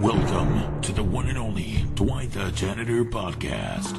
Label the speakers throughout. Speaker 1: Welcome to the one and only Dwight the Janitor podcast.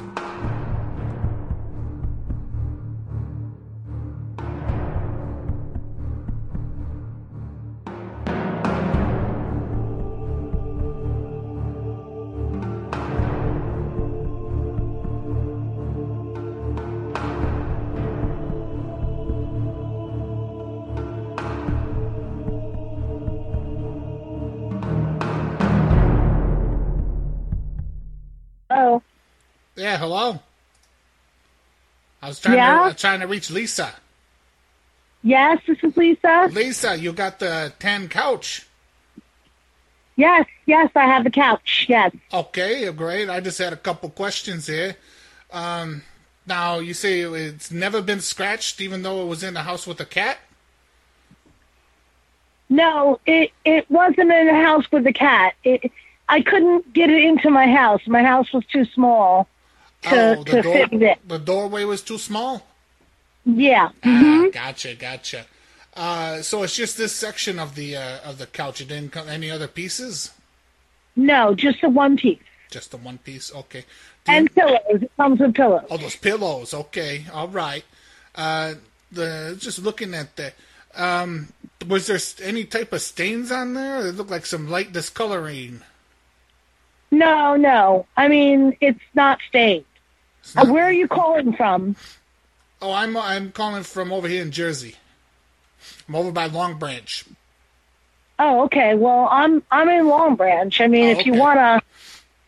Speaker 2: Oh,
Speaker 3: Yeah, hello. I was trying
Speaker 2: Yeah?
Speaker 3: to I was trying to reach Lisa.
Speaker 2: yes, this is Lisa.
Speaker 3: Lisa, you got the tan couch.
Speaker 2: Yes, yes, I have the couch. Yes.
Speaker 3: Okay, great. I just had a couple questions here. Um, now you say it's never been scratched, even though it was in the house with a cat.
Speaker 2: No, it it wasn't in a house with a cat. It I couldn't get it into my house. My house was too small to to fit it.
Speaker 3: Oh, the doorway was too small.
Speaker 2: Yeah. Mm-hmm.
Speaker 3: Ah, gotcha, gotcha. Uh, so it's just this section of the uh, of the couch. It didn't come any other pieces.
Speaker 2: No, just the one piece.
Speaker 3: Just the one piece. Okay. Do you-
Speaker 2: And pillows. It comes with pillows.
Speaker 3: Oh, those pillows. Okay, all right. Uh, the just looking at that. Um, was there s- any type of stains on there? It looked like some light discoloring.
Speaker 2: No, no. I mean, it's not stained.
Speaker 3: It's
Speaker 2: Uh,
Speaker 3: not-
Speaker 2: Where are you calling from?
Speaker 3: Oh, I'm I'm calling from over here in Jersey. I'm over by Long Branch.
Speaker 2: Oh, okay. Well, I'm I'm in Long Branch. I mean,
Speaker 3: Oh,
Speaker 2: if you
Speaker 3: okay.
Speaker 2: wanna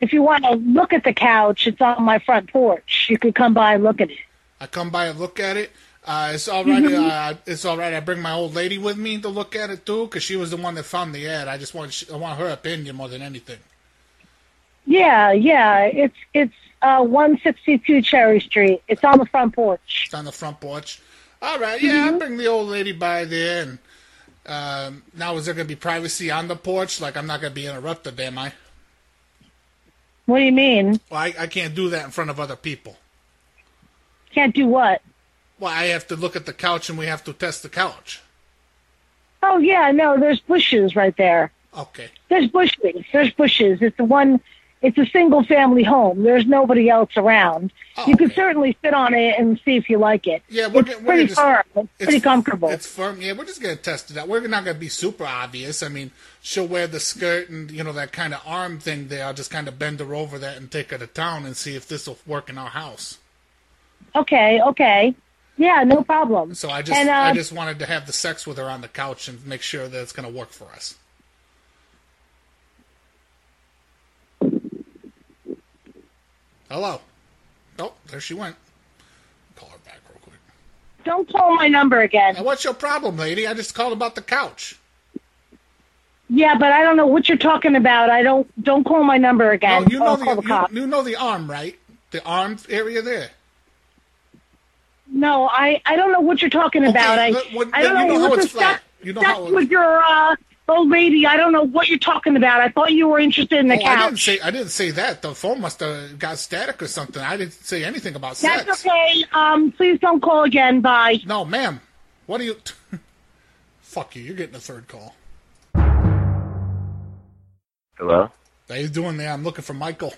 Speaker 2: if you wanna look at the couch, it's on my front porch. You could come by and look at it.
Speaker 3: I come by and look at it. Uh, it's all right.
Speaker 2: Mm-hmm.
Speaker 3: Uh, it's all right. I bring my old lady with me to look at it too, because she was the one that found the ad. I just want sh- I want her opinion more than anything.
Speaker 2: Yeah, yeah. It's it's uh, 162 Cherry Street. It's on the front porch.
Speaker 3: It's on the front porch. All right, yeah, I'll bring the old lady by there. And um, now, is there going to be privacy on the porch? Like, I'm not going to be interrupted, am I?
Speaker 2: What do you mean?
Speaker 3: Well, I, I can't do that in front of other people.
Speaker 2: Can't do what?
Speaker 3: Well, I have to look at the couch and we have to test the couch.
Speaker 2: Oh yeah, no. There's bushes right there.
Speaker 3: Okay.
Speaker 2: There's bushes. There's bushes. It's the one. It's a single family home. There's nobody else around.
Speaker 3: Oh,
Speaker 2: you can
Speaker 3: okay.
Speaker 2: certainly sit on it and see if you like it.
Speaker 3: Yeah, we're
Speaker 2: it's
Speaker 3: gonna- we're
Speaker 2: pretty
Speaker 3: gonna just-
Speaker 2: firm. It's, pretty comfortable.
Speaker 3: It's firm. Yeah, we're just going to test it out. We're not going to be super obvious. I mean, she'll wear the skirt and, you know, that kind of arm thing there. I'll just kind of bend her over that and take her to town and see if this will work in our house.
Speaker 2: Okay, okay. Yeah, no problem.
Speaker 3: So I just
Speaker 2: And, uh,
Speaker 3: I just wanted to have the sex with her on the couch and make sure that it's going to work for us. Hello. Oh, there she went. Call her back real quick.
Speaker 2: don't call my number again.
Speaker 3: Now, what's your problem, lady? I just called about the couch.
Speaker 2: Yeah, but I don't know what you're talking about. I don't don't call my number
Speaker 3: Oh,
Speaker 2: again.
Speaker 3: you know
Speaker 2: I'll
Speaker 3: the,
Speaker 2: call the cops.
Speaker 3: you, you know the arm, right? The arm area there.
Speaker 2: No, I I don't know what you're talking about. I
Speaker 3: let- what-
Speaker 2: I don't
Speaker 3: you
Speaker 2: know,
Speaker 3: know how
Speaker 2: what
Speaker 3: it's
Speaker 2: the stuff,
Speaker 3: flat. You know
Speaker 2: stuff
Speaker 3: how it-
Speaker 2: with your uh, old lady. I don't know what you're talking about. I thought you were interested in the
Speaker 3: Oh, I didn't
Speaker 2: couch.
Speaker 3: say I didn't say that. The phone must have got static or something. I didn't say anything about
Speaker 2: That's
Speaker 3: sex.
Speaker 2: okay. Um, please don't call again. Bye.
Speaker 3: No, ma'am. What are you? Fuck you. You're getting a third call.
Speaker 4: Hello?
Speaker 3: How you doing there? I'm looking for Michael.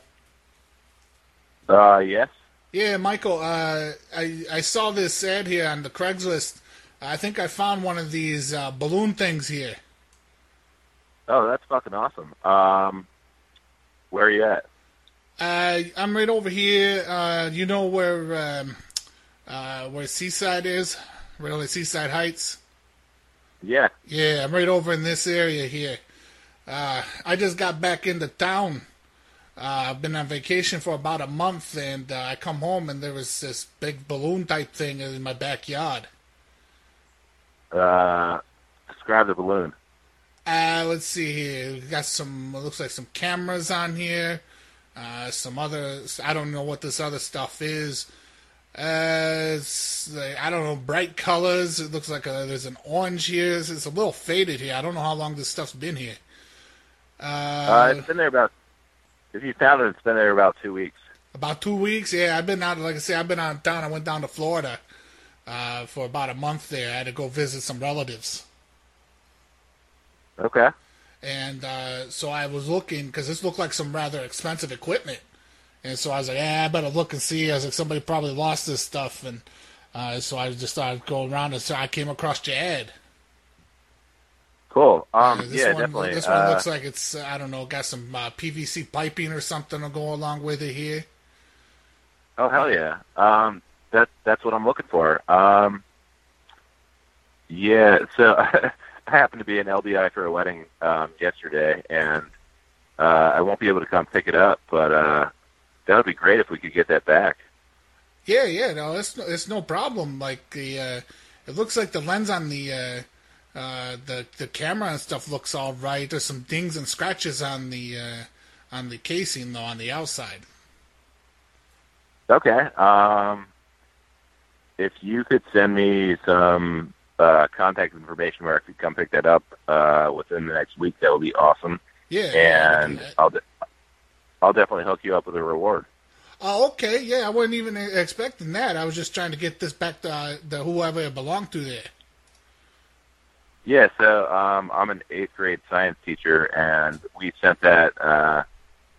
Speaker 4: Uh, yes?
Speaker 3: Yeah, Michael. Uh, I I saw this ad here on the Craigslist. I think I found one of these uh, balloon things here.
Speaker 4: Oh, that's fucking awesome. Um, where are you at?
Speaker 3: Uh, I'm right over here. Uh, you know where um, uh, where Seaside is, right over Seaside Heights.
Speaker 4: Yeah.
Speaker 3: Yeah, I'm right over in this area here. Uh, I just got back into town. Uh, I've been on vacation for about a month, and uh, I come home and there was this big balloon type thing in my backyard.
Speaker 4: Uh, describe the balloon.
Speaker 3: Uh, let's see here. We got some. It looks like some cameras on here. Uh, some other. I don't know what this other stuff is. Uh, it's like, I don't know. Bright colors. It looks like a, there's an orange here. It's, it's a little faded here. I don't know how long this stuff's been here.
Speaker 4: Uh, it's been there about, if you found it, it's been there about two weeks.
Speaker 3: About two weeks, yeah. I've been out, like I said, I've been out of town. I went down to Florida uh, for about a month there. I had to go visit some relatives.
Speaker 4: Okay.
Speaker 3: And uh, so I was looking because this looked like some rather expensive equipment. And so I was like, yeah, I better look and see. I was like, somebody probably lost this stuff. And uh, so I just thought I'd go around and so I came across your ad.
Speaker 4: Cool. Um,
Speaker 3: this
Speaker 4: yeah,
Speaker 3: one,
Speaker 4: definitely.
Speaker 3: This one
Speaker 4: Uh,
Speaker 3: looks like it's, uh, I don't know, got some uh, PVC piping or something to go along with it here.
Speaker 4: Oh hell yeah! Um, that that's what I'm looking for. Um, yeah, so I happened to be in LBI for a wedding um, yesterday, and uh, I won't be able to come pick it up, but uh, that would be great if we could get that back.
Speaker 3: Yeah, yeah, no, it's no, it's no problem. Like the, uh, it looks like the lens on the, uh, uh, the the camera and stuff looks all right. There's some dings and scratches on the, uh, on the casing though, on the outside.
Speaker 4: Okay. Um, if you could send me some uh, contact information where I could come pick that up uh, within the next week, that would be awesome,
Speaker 3: Yeah. yeah, I can
Speaker 4: and
Speaker 3: do that.
Speaker 4: I'll de- I'll definitely hook you up with a reward.
Speaker 3: Oh, okay. Yeah, I wasn't even expecting that. I was just trying to get this back to, uh, to whoever it belonged to there.
Speaker 4: Yeah, so um, I'm an eighth grade science teacher, and we sent that uh,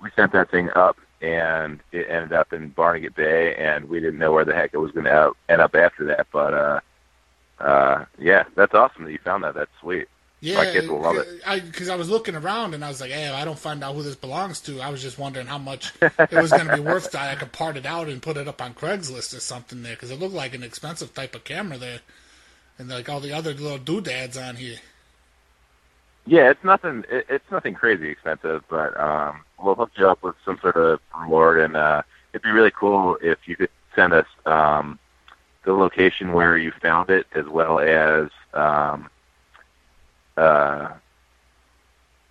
Speaker 4: we sent that thing up, and it ended up in Barnegat Bay, and we didn't know where the heck it was going to end up after that. But uh, uh, yeah, that's awesome that you found that. That's sweet.
Speaker 3: Yeah,
Speaker 4: My kids will love it.
Speaker 3: Because I, was looking around and I was like, hey, if I don't find out who this belongs to. I was just wondering how much it was going to be worth that I could part it out and put it up on Craigslist or something there because it looked like an expensive type of camera there. And like all the other little doodads on here.
Speaker 4: Yeah, it's nothing. It, it's nothing crazy expensive, but um, we'll hook you up with some sort of reward, and uh, it'd be really cool if you could send us um, the location where you found it, as well as um, uh,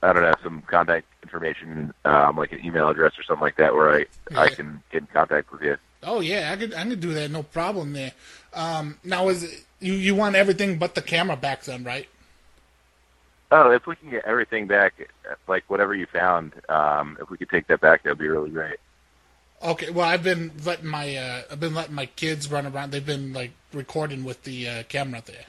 Speaker 4: I don't know some contact information, um, like an email address or something like that, where I I
Speaker 3: Yeah.
Speaker 4: can get in contact with you.
Speaker 3: Oh yeah, I could I could do that, no problem there. Um, now is it, you you want everything but the camera back then, right?
Speaker 4: Oh, if we can get everything back, like whatever you found, um, if we could take that back, that would be really great.
Speaker 3: Okay, well, I've been letting my uh, I've been letting my kids run around. They've been like recording with the uh, camera there.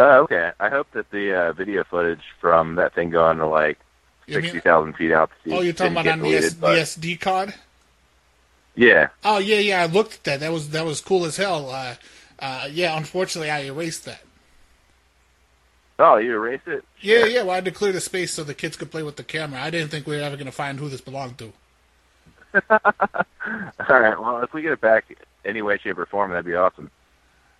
Speaker 4: Oh, okay. I hope that the uh, video footage from that thing going to like
Speaker 3: You mean-
Speaker 4: sixty thousand feet out.
Speaker 3: oh, you're talking about on the, S- the SD card?
Speaker 4: Yeah.
Speaker 3: Oh yeah, yeah. I looked at that. That was that was cool as hell. Uh, uh, yeah. Unfortunately, I erased that.
Speaker 4: Oh, you erased it.
Speaker 3: Yeah, yeah. Well, I had to clear the space so the kids could play with the camera. I didn't think we were ever gonna find who this belonged to.
Speaker 4: All right. Well, if we get it back any way, shape, or form, that'd be awesome.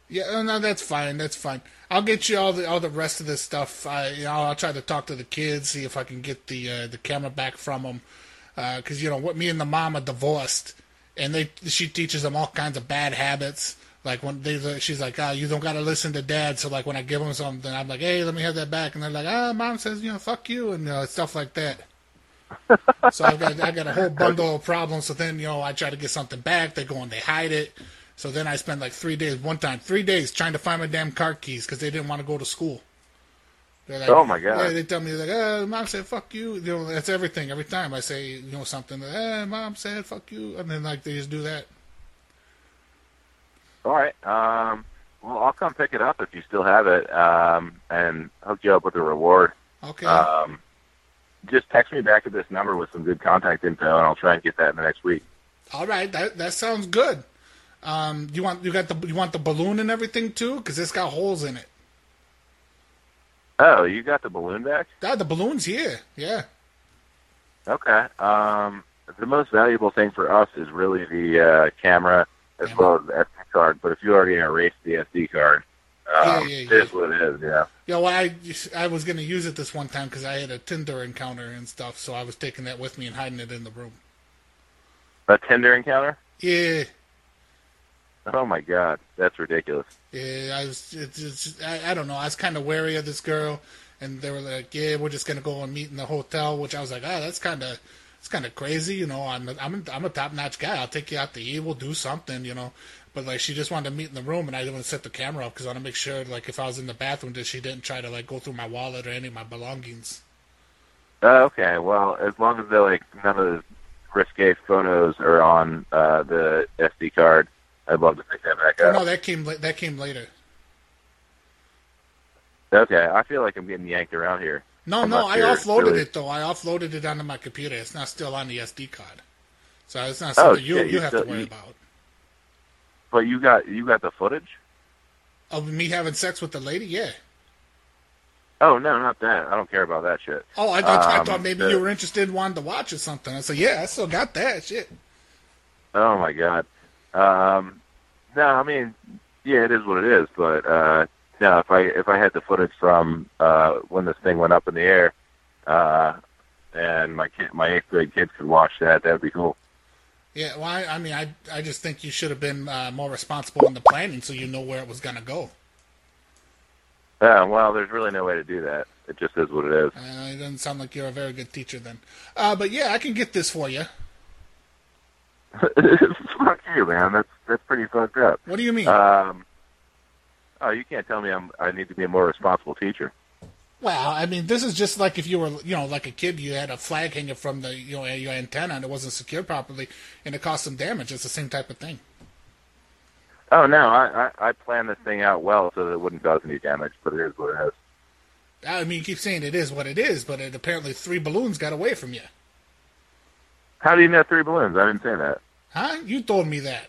Speaker 3: Yeah, oh, no, no, that's fine. That's fine. I'll get you all the all the rest of this stuff. I, you know, I'll try to talk to the kids, see if I can get the uh, the camera back from them, because you know what, me and the mom are divorced, and they she teaches them all kinds of bad habits. Like when they, she's like, "Ah, you don't gotta listen to dad." So like when I give them something, I'm like, "Hey, let me have that back," and they're like, "Ah, mom says you know, fuck you," and uh, stuff like that. So I've got I got a whole bundle of problems. So then you know I try to get something back. They go and they hide it. So then I spent like three days one time, three days trying to find my damn car keys because they didn't want to go to school. They're like,
Speaker 4: Oh, my God.
Speaker 3: Yeah, they tell me like, uh, mom said fuck you. You know that's everything. Every time I say you know something, uh, mom said fuck you, and then like they just do that.
Speaker 4: All right. Um, well, I'll come pick it up if you still have it, um, and hook you up with a reward.
Speaker 3: Okay.
Speaker 4: Um, just text me back at this number with some good contact info, and I'll try and get that in the next week.
Speaker 3: All right, that that sounds good. Um, you want you got the you want the balloon and everything too because it's got holes in it.
Speaker 4: Oh, you got the balloon back?
Speaker 3: Ah, the balloon's here. Yeah.
Speaker 4: Okay. Um, the most valuable thing for us is really the uh, camera as
Speaker 3: Camera.
Speaker 4: well as the SD card. But if you already erased the SD card,
Speaker 3: Yeah,
Speaker 4: um,
Speaker 3: yeah, yeah.
Speaker 4: it is what it is. Yeah.
Speaker 3: Yeah, well, I, I was going to use it this one time because I had a Tinder encounter and stuff, so I was taking that with me and hiding it in the room.
Speaker 4: A Tinder encounter?
Speaker 3: Yeah,
Speaker 4: Oh my God, that's ridiculous.
Speaker 3: yeah, I was, it's, it's, I, I don't know, I was kind of wary of this girl, and they were like, yeah, we're just going to go and meet in the hotel, which I was like, ah, that's kind of, it's kind of crazy, you know, I'm, a, I'm, a, I'm a top-notch guy, I'll take you out to eat, we'll do something, you know, but, like, she just wanted to meet in the room, and I didn't want to set the camera up because I want to make sure, like, if I was in the bathroom, that she didn't try to, like, go through my wallet or any of my belongings.
Speaker 4: Uh, okay, well, as long as they're like none of the risque photos are on uh, the SD card, I'd love to pick that back
Speaker 3: Oh, no,
Speaker 4: up.
Speaker 3: that came, la- that came later.
Speaker 4: Okay, I feel like I'm getting yanked around here.
Speaker 3: No,
Speaker 4: I'm
Speaker 3: no,
Speaker 4: not
Speaker 3: I
Speaker 4: sure,
Speaker 3: offloaded
Speaker 4: really.
Speaker 3: it though. I offloaded it onto my computer. It's not still on the SD card, so it's not
Speaker 4: Oh,
Speaker 3: something you
Speaker 4: yeah,
Speaker 3: you
Speaker 4: you
Speaker 3: have to
Speaker 4: still-
Speaker 3: worry
Speaker 4: you-
Speaker 3: about.
Speaker 4: But you got you got the footage?
Speaker 3: Of me having sex with the lady, yeah.
Speaker 4: Oh no, not that. I don't care about that shit.
Speaker 3: Oh, I thought, I
Speaker 4: Um,
Speaker 3: thought maybe
Speaker 4: the-
Speaker 3: you were interested, and wanted to watch or something. I said, yeah, I still got that shit.
Speaker 4: Oh my god. Um, no, I mean, yeah, it is what it is. But uh, no, if I if I had the footage from uh, when this thing went up in the air, uh, and my kid, my eighth grade kids could watch that, that'd be cool.
Speaker 3: Yeah, well, I, I mean, I I just think you should have been uh, more responsible in the planning, so you know where it was gonna go.
Speaker 4: Uh, well, there's really no way to do that. It just is what it is.
Speaker 3: Uh, it doesn't sound like you're a very good teacher then. Uh, but yeah, I can get this for you.
Speaker 4: Fuck you, man. That's that's pretty fucked up.
Speaker 3: What do you mean?
Speaker 4: Um, oh, you can't tell me I'm I need to be a more responsible teacher.
Speaker 3: Well, I mean, this is just like if you were, you know, like a kid, you had a flag hanging from the, you know, your antenna, and it wasn't secured properly, and it caused some damage. It's the same type of thing.
Speaker 4: Oh no, I, I I planned this thing out well so that it wouldn't cause any damage. But it is what it is.
Speaker 3: I mean, you keep saying it is what it is, but it, apparently three balloons got away from you,
Speaker 4: How do you know three balloons? I didn't say that.
Speaker 3: huh? You told me that.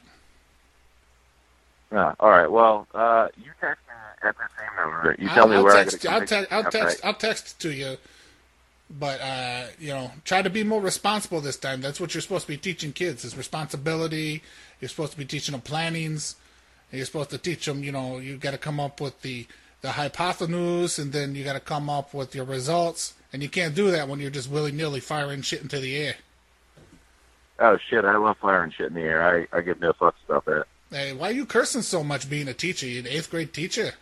Speaker 4: Ah, all right. Well, uh, you text me at the same number. You tell
Speaker 3: I'll,
Speaker 4: me
Speaker 3: I'll
Speaker 4: where
Speaker 3: text,
Speaker 4: I
Speaker 3: I'll,
Speaker 4: gotta come
Speaker 3: te-
Speaker 4: pick
Speaker 3: I'll
Speaker 4: you up,
Speaker 3: text,
Speaker 4: right?
Speaker 3: I'll text to you, but uh, you know, try to be more responsible this time. That's what you're supposed to be teaching kids: is responsibility. You're supposed to be teaching them plannings. And you're supposed to teach them. You know, you got to come up with the the hypotenuse, and then you got to come up with your results. And you can't do that when you're just willy nilly firing shit into the air.
Speaker 4: Oh shit! I love firing shit in the air. I I give no fucks about that.
Speaker 3: Hey, why are you cursing so much? Being a teacher, you're an eighth grade teacher.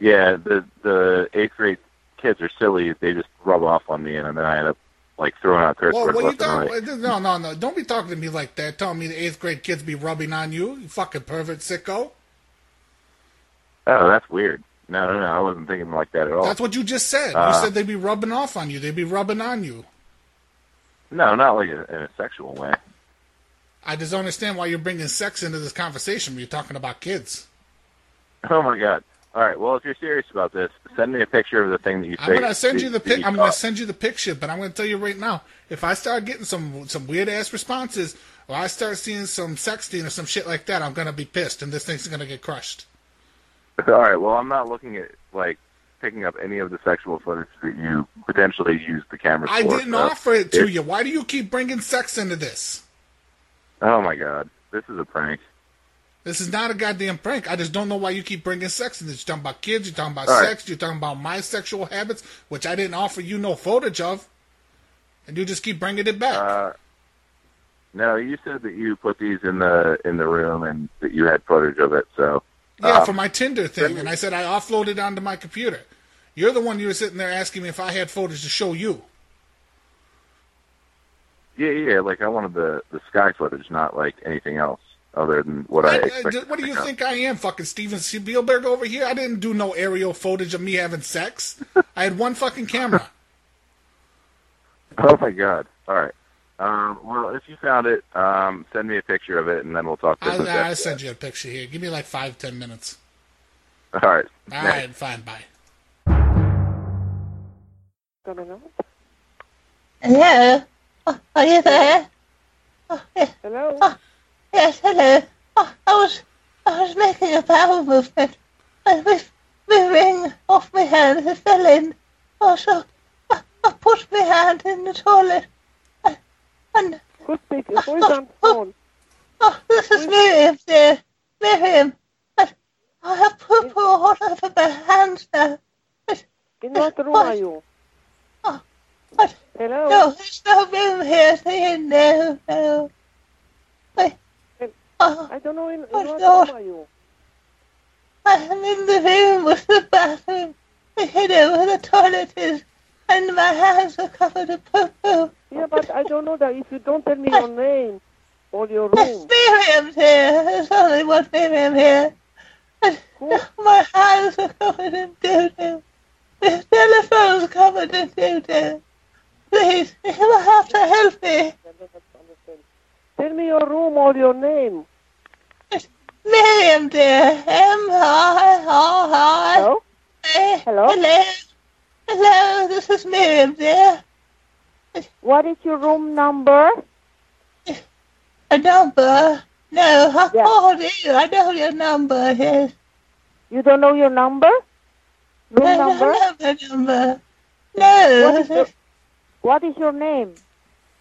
Speaker 4: Yeah, the the eighth grade kids are silly. They just rub off on me, and then I end up like throwing out curse
Speaker 3: Well,
Speaker 4: words
Speaker 3: what you
Speaker 4: left and right.
Speaker 3: talking? No, no, no! Don't be talking to me like that. Telling me the eighth grade kids be rubbing on you, you fucking pervert sicko.
Speaker 4: Oh, that's weird. No, no, no. I wasn't thinking like that at all.
Speaker 3: That's what you just said. you
Speaker 4: Oh. Uh.
Speaker 3: said they'd be rubbing off on you. They'd be rubbing on you.
Speaker 4: No, not like in a sexual way.
Speaker 3: I just don't understand why you're bringing sex into this conversation when you're talking about kids.
Speaker 4: Oh my god. All right. Well, if you're serious about this, send me a picture of the thing that you.
Speaker 3: I'm
Speaker 4: say-
Speaker 3: gonna send
Speaker 4: that-
Speaker 3: you the
Speaker 4: that
Speaker 3: pic. I'm gonna
Speaker 4: thought.
Speaker 3: send you the picture, but I'm gonna tell you right now. If I start getting some some weird ass responses, or I start seeing some sexting or some shit like that, I'm gonna be pissed, and this thing's gonna get crushed.
Speaker 4: All right. Well, I'm not looking at like picking up any of the sexual footage that you potentially used the camera
Speaker 3: I
Speaker 4: for.
Speaker 3: didn't
Speaker 4: so-
Speaker 3: offer it to
Speaker 4: it-
Speaker 3: you. Why do you keep bringing sex into this?
Speaker 4: Oh my god, this is a prank.
Speaker 3: This is not a goddamn prank. I just don't know why you keep bringing sex in this. You're talking about kids, you're talking about
Speaker 4: All right.
Speaker 3: sex, you're talking about my sexual habits, which I didn't offer you no footage of, and you just keep bringing it back.
Speaker 4: Uh, no, you said that you put these in the in the room and that you had footage of it. So
Speaker 3: yeah,
Speaker 4: um,
Speaker 3: for my Tinder
Speaker 4: let
Speaker 3: thing,
Speaker 4: me-
Speaker 3: and I said I offloaded onto my computer. You're the one you were sitting there asking me if I had footage to show you.
Speaker 4: yeah, yeah, like I wanted the the sky footage, not like anything else other than what I.
Speaker 3: I- I-
Speaker 4: expected
Speaker 3: what do
Speaker 4: to
Speaker 3: you
Speaker 4: come.
Speaker 3: think I am, fucking Steven Spielberg over here? I didn't do no aerial footage of me having sex. I had one fucking camera.
Speaker 4: Oh my god! All right. Um, well, if you found it, um, send me a picture of it, and then we'll talk
Speaker 3: I,
Speaker 4: business.
Speaker 3: I
Speaker 4: after
Speaker 3: send you a picture here. Give me like five, ten minutes.
Speaker 4: that. All right.
Speaker 3: All
Speaker 4: Next.
Speaker 3: right, fine, bye.
Speaker 5: Hello?
Speaker 6: Hello. Oh, are you there? Oh, yes,
Speaker 5: Hello?
Speaker 6: yes, hello. Oh, I was, I was making a bowel movement, and with my ring off my hand, it fell in. Oh, so I, I put my hand in the toilet, and, and
Speaker 5: Who's speaking? Who is on phone?
Speaker 6: oh, this is Miriam, dear, Miriam. And I have poo poo all over my hands now. But,
Speaker 5: In what room are you?
Speaker 6: but
Speaker 5: Hello?
Speaker 6: No, there's no room here. Say no, no. I, oh,
Speaker 5: I don't know in, in
Speaker 6: Oh,
Speaker 5: what
Speaker 6: God.
Speaker 5: room are you?
Speaker 6: I'm in the room with the bathroom, you know, where the toilet is, and my hands are covered in poo-poo.
Speaker 5: Yeah, but I don't know that if you don't tell me your name or your
Speaker 6: There's
Speaker 5: room.
Speaker 6: Miriam's here. There's only one Miriam here. And
Speaker 5: Who?
Speaker 6: my hands are covered in doo-doo. The telephone's covered in doo-doo. Please, you will have to help me.
Speaker 5: I don't understand. Tell me your room or your name.
Speaker 6: Miriam, dear. M-I-R-I.
Speaker 5: Hello?
Speaker 6: Hello? Eh,
Speaker 5: Hello?
Speaker 6: Hello? Hello, this is Miriam, dear.
Speaker 5: What is your room number?
Speaker 6: A number? No, how
Speaker 5: Yeah.
Speaker 6: old are you? I know your number, yes.
Speaker 5: You don't know your number? Room
Speaker 6: I don't
Speaker 5: number?
Speaker 6: know the number.
Speaker 5: What is your,
Speaker 6: No,
Speaker 5: what is your name?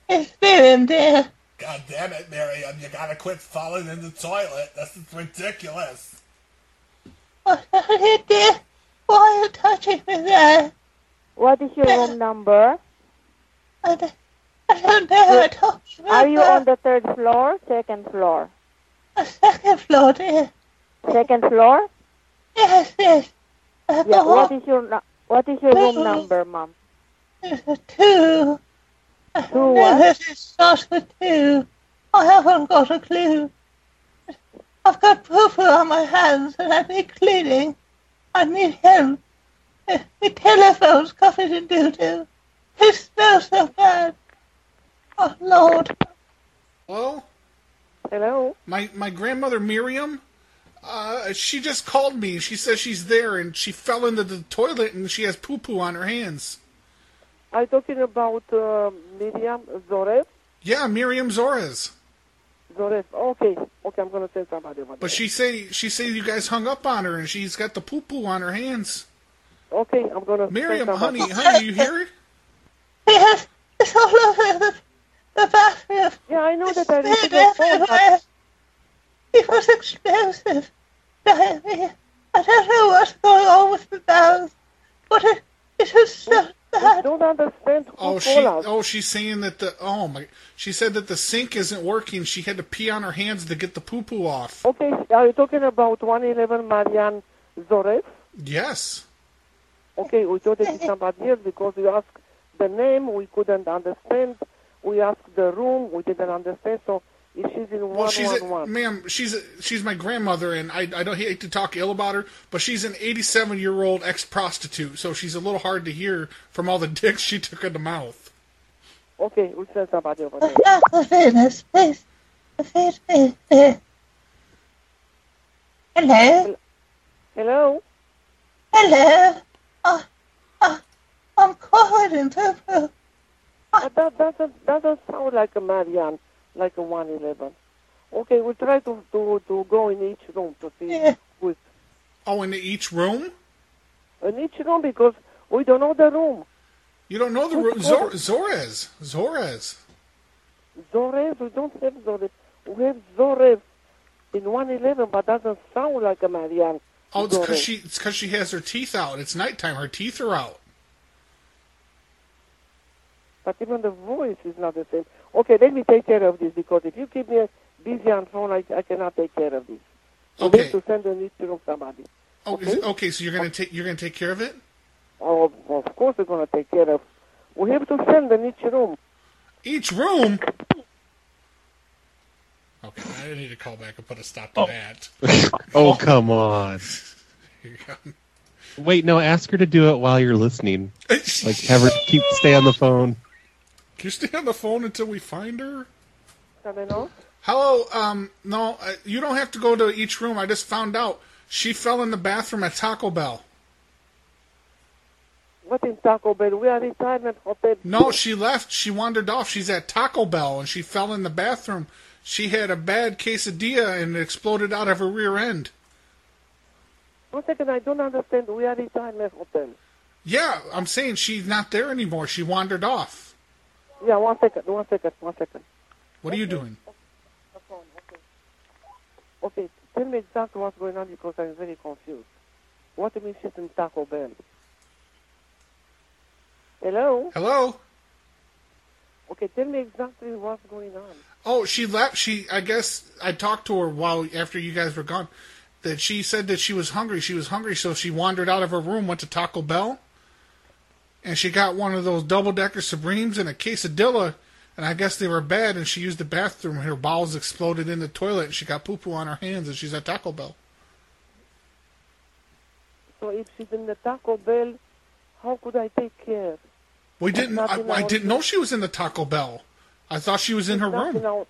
Speaker 6: it's Miriam, dear.
Speaker 7: God damn it, Miriam, you gotta quit falling in the toilet. This is ridiculous.
Speaker 6: Oh, honey, dear, why are you touching me there?
Speaker 5: What is your room number?
Speaker 6: I don't, I don't know, I don't remember.
Speaker 5: Are you on the third floor? Second floor?
Speaker 6: the second floor, dear?
Speaker 5: Second floor?
Speaker 6: Yes, yes. Uh,
Speaker 5: Yeah. What
Speaker 6: the
Speaker 5: is your nu- what is your room number, mom?
Speaker 6: is two. I don't know
Speaker 5: what?
Speaker 6: that it starts with two. I haven't got a clue. I've got poo-poo on my hands and I need cleaning. I need help. Uh, My telephone's covered in doo-doo. It smells so bad. Oh, Lord.
Speaker 3: Well,
Speaker 5: Hello.
Speaker 3: my my grandmother Miriam, uh, she just called me. She says she's there and she fell into the toilet and she has poo poo on her hands.
Speaker 5: Are you talking about uh, Miriam Zorev?
Speaker 3: Yeah, Miriam Zoras.
Speaker 5: Zorev. Okay. Okay, I'm gonna send somebody.
Speaker 3: But she say she say you guys hung up on her and she's got the poo poo on her hands.
Speaker 5: Okay, I'm gonna.
Speaker 3: Miriam, honey, honey, you hear it?
Speaker 6: Yes, it's all over the, the bathroom.
Speaker 5: Yeah, I know that I
Speaker 6: It's
Speaker 5: need to phone, but
Speaker 6: everywhere. It was explosive. Diarrhea. I don't know what's going on with the mouth, but it, it was so
Speaker 5: I
Speaker 6: bad.
Speaker 5: don't understand who
Speaker 3: Oh,
Speaker 5: called
Speaker 3: she
Speaker 5: us.
Speaker 3: oh she's saying that the oh my she said that the sink isn't working. She had to pee on her hands to get the poo poo off.
Speaker 5: Okay, are you talking about 111 Marianne Zorev?
Speaker 3: Yes.
Speaker 5: Okay, we thought it is somebody else because you asked the name, we couldn't understand. We asked the room, we didn't understand. So if she's in
Speaker 3: Well, she's a,
Speaker 5: 111,
Speaker 3: ma'am. She's a, she's my grandmother, and I I don't hate to talk ill about her, but she's an 87 year old ex prostitute, so she's a little hard to hear from all the dicks she took in the mouth.
Speaker 5: okay, we send somebody over there.
Speaker 6: Not the Venus, please. The Venus, please. Hello?
Speaker 5: Hello?
Speaker 6: Hello? Oh, oh, I'm covered in poo-poo.
Speaker 5: But Uh, that doesn't, doesn't sound like a Marianne, like a 111. Okay, we'll try to, to, to go in each room to see
Speaker 6: Yeah.
Speaker 5: who's
Speaker 3: Oh, in each room?
Speaker 5: in each room because we don't know the room.
Speaker 3: You don't know oh, the room? Zor- Zorez, Zorez.
Speaker 5: Zorev, we don't have Zorev. We have Zorev in 111, but doesn't sound like a Marianne.
Speaker 3: Oh, it's because
Speaker 5: Zorez.
Speaker 3: she it's 'cause she has her teeth out. It's nighttime. Her teeth are out.
Speaker 5: But even the voice is not the same. Okay, let me take care of this because if you keep me busy on phone, I, I cannot take care of this. You
Speaker 3: Okay.
Speaker 5: need to send a need to somebody.
Speaker 3: Oh, is- okay. so you're gonna take you're gonna take care of it?
Speaker 5: Oh, of course we're going to take care of. We have to send in each room.
Speaker 3: Each room. Okay, I need to call back and put a stop to that.
Speaker 8: Oh, come on.
Speaker 3: Here you go.
Speaker 8: Wait, no, ask her to do it while you're listening. Like, have her keep stay on the phone.
Speaker 3: Can you stay on the phone until we find her?
Speaker 5: Can I know?
Speaker 3: Hello, um, no, uh, you don't have to go to each room. I just found out she fell in the bathroom at Taco Bell.
Speaker 5: What in Taco Bell? We are retirement hotel.
Speaker 3: No, she left. She wandered off. She's at Taco Bell and she fell in the bathroom. She had a bad quesadilla and it exploded out of her rear end.
Speaker 5: One second, I don't understand. We are retirement hotel.
Speaker 3: Yeah, I'm saying she's not there anymore. She wandered off.
Speaker 5: Yeah, one second, one second, one second.
Speaker 3: What are you doing?
Speaker 5: Okay, tell me exactly what's going on because I'm very confused. What do you mean she's in Taco Bell? Hello?
Speaker 3: Hello?
Speaker 5: Okay, tell me exactly what's going on.
Speaker 3: Oh, she left. She, I guess, I talked to her while after you guys were gone. That she said that she was hungry. She was hungry, so she wandered out of her room, went to Taco Bell, and she got one of those double decker Supremes and a quesadilla. And I guess they were bad, and she used the bathroom. Her bowels exploded in the toilet, and she got poo poo on her hands, and she's at Taco Bell.
Speaker 5: So if she's in the Taco Bell, how could I take care?
Speaker 3: We didn't. I, I didn't know she was in the Taco Bell. I thought she was in her
Speaker 5: Not in
Speaker 3: room.
Speaker 5: our-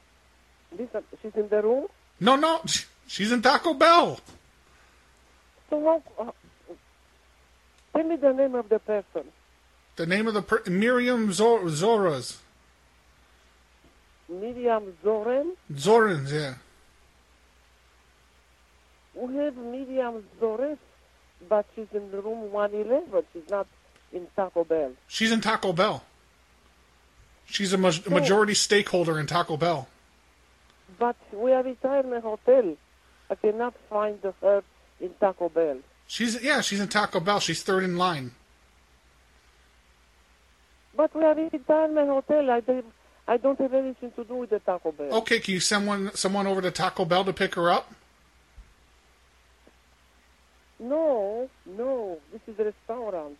Speaker 5: listen, she's in the room?
Speaker 3: No, no, she's in Taco Bell.
Speaker 5: So how... Uh, tell me the name of the person.
Speaker 3: The name of the per- Miriam Zor- Zoras.
Speaker 5: Miriam Zoren.
Speaker 3: Zorans, yeah.
Speaker 5: We have Miriam Zores, but she's in the room 111. She's not in Taco Bell.
Speaker 3: She's in Taco Bell. She's a ma- majority stakeholder in Taco Bell.
Speaker 5: But we are in a hotel. I cannot find her in Taco Bell.
Speaker 3: She's yeah, she's in Taco Bell. She's third in line.
Speaker 5: But we are in a hotel. I don't, I don't have anything to do with the Taco Bell.
Speaker 3: Okay, can you send one, someone over to Taco Bell to pick her up?
Speaker 5: No, no. This is a restaurant.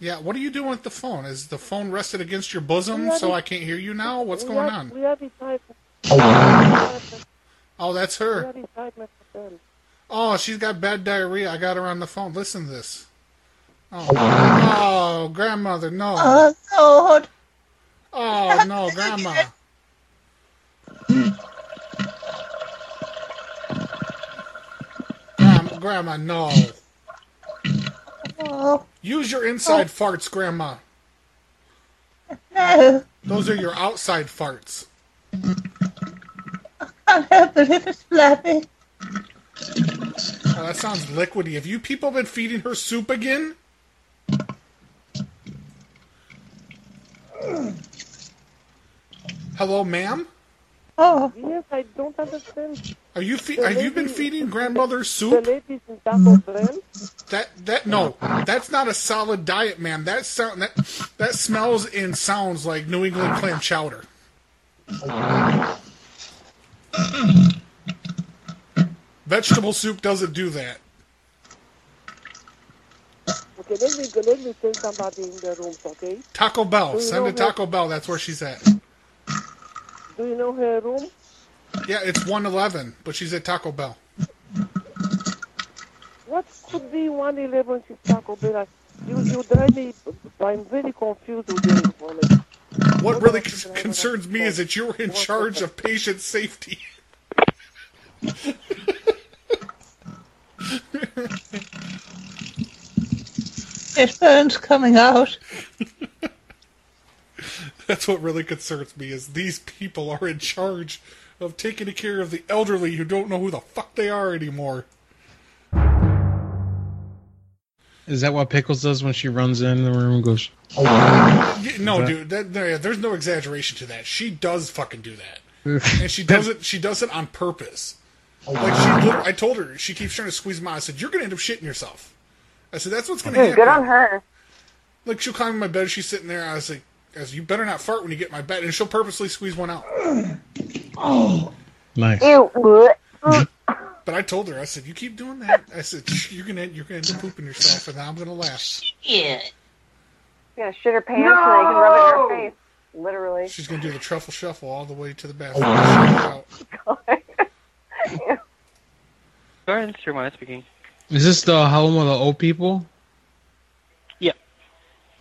Speaker 3: Yeah. What are you doing with the phone? Is the phone rested against your bosom
Speaker 5: Yeah,
Speaker 3: so
Speaker 5: but-
Speaker 3: I can't hear you now? What's
Speaker 5: we
Speaker 3: going
Speaker 5: are,
Speaker 3: on?
Speaker 5: We are inside.
Speaker 3: Oh, that's
Speaker 5: We
Speaker 3: her.
Speaker 5: are inside my hotel.
Speaker 3: Oh, she's got bad diarrhea. I got her on the phone. Listen to this. Oh, oh grandmother, no.
Speaker 6: Oh, Lord.
Speaker 3: Oh, no, grandma. Grandma, grandma, no.
Speaker 6: Oh,
Speaker 3: Use your inside farts, grandma.
Speaker 6: no.
Speaker 3: Those are your outside farts.
Speaker 6: Can't help it if it's flappy.
Speaker 3: Oh, that sounds liquidy. Have you people been feeding her soup again? Hello, ma'am.
Speaker 6: Oh,
Speaker 5: Yes, I don't understand.
Speaker 3: Are you fe- have you been feeding grandmother
Speaker 5: The
Speaker 3: soup?
Speaker 5: ladies in Taco Bell.
Speaker 3: That that no, that's not a solid diet, ma'am. That sound that that smells and sounds like New England clam chowder. Vegetable soup doesn't do that.
Speaker 5: Okay, let me let me send somebody in the rooms. Okay.
Speaker 3: Taco Bell,
Speaker 5: Well, you
Speaker 3: send to
Speaker 5: know that-
Speaker 3: Taco Bell. That's where she's at.
Speaker 5: Do you know her room?
Speaker 3: Yeah, it's one eleven, but she's at Taco Bell.
Speaker 5: What could be 111 to Taco Bell? I- You, you drive me, I'm very confused with your information.
Speaker 3: What really con- concerns me is that you're in charge of patient safety.
Speaker 6: his phone's coming out.
Speaker 3: That's what really concerns me is these people are in charge of taking care of the elderly who don't know who the fuck they are anymore.
Speaker 9: Is that what Pickles does when she runs in the room and goes,
Speaker 3: Y- No, dude, that, there- there's no exaggeration to that. She does fucking do that, and she does it. She does it on purpose.
Speaker 10: Oh,
Speaker 3: Like she, lit- I told her she keeps trying to squeeze my. I said, "You're gonna end up shitting yourself." I said, "That's what's gonna happen."
Speaker 10: Good on her.
Speaker 3: Like she'll climb in my bed. She's sitting there. I was like, I was, "You better not fart when you get in my bed," and she'll purposely squeeze one out.
Speaker 9: nice.
Speaker 10: Ew. bleh.
Speaker 3: But I told her, I said, "You keep doing that." I said, "You're gonna you're gonna end up pooping yourself," and I'm gonna laugh.
Speaker 10: You're gonna shit her pants and I can rub it in her face. Literally. Oh,
Speaker 3: She's gonna do the truffle shuffle all the way to the bathroom. Out.
Speaker 11: Sorry, this is Jeremiah speaking.
Speaker 9: Is this the home of the old people?
Speaker 11: Yeah.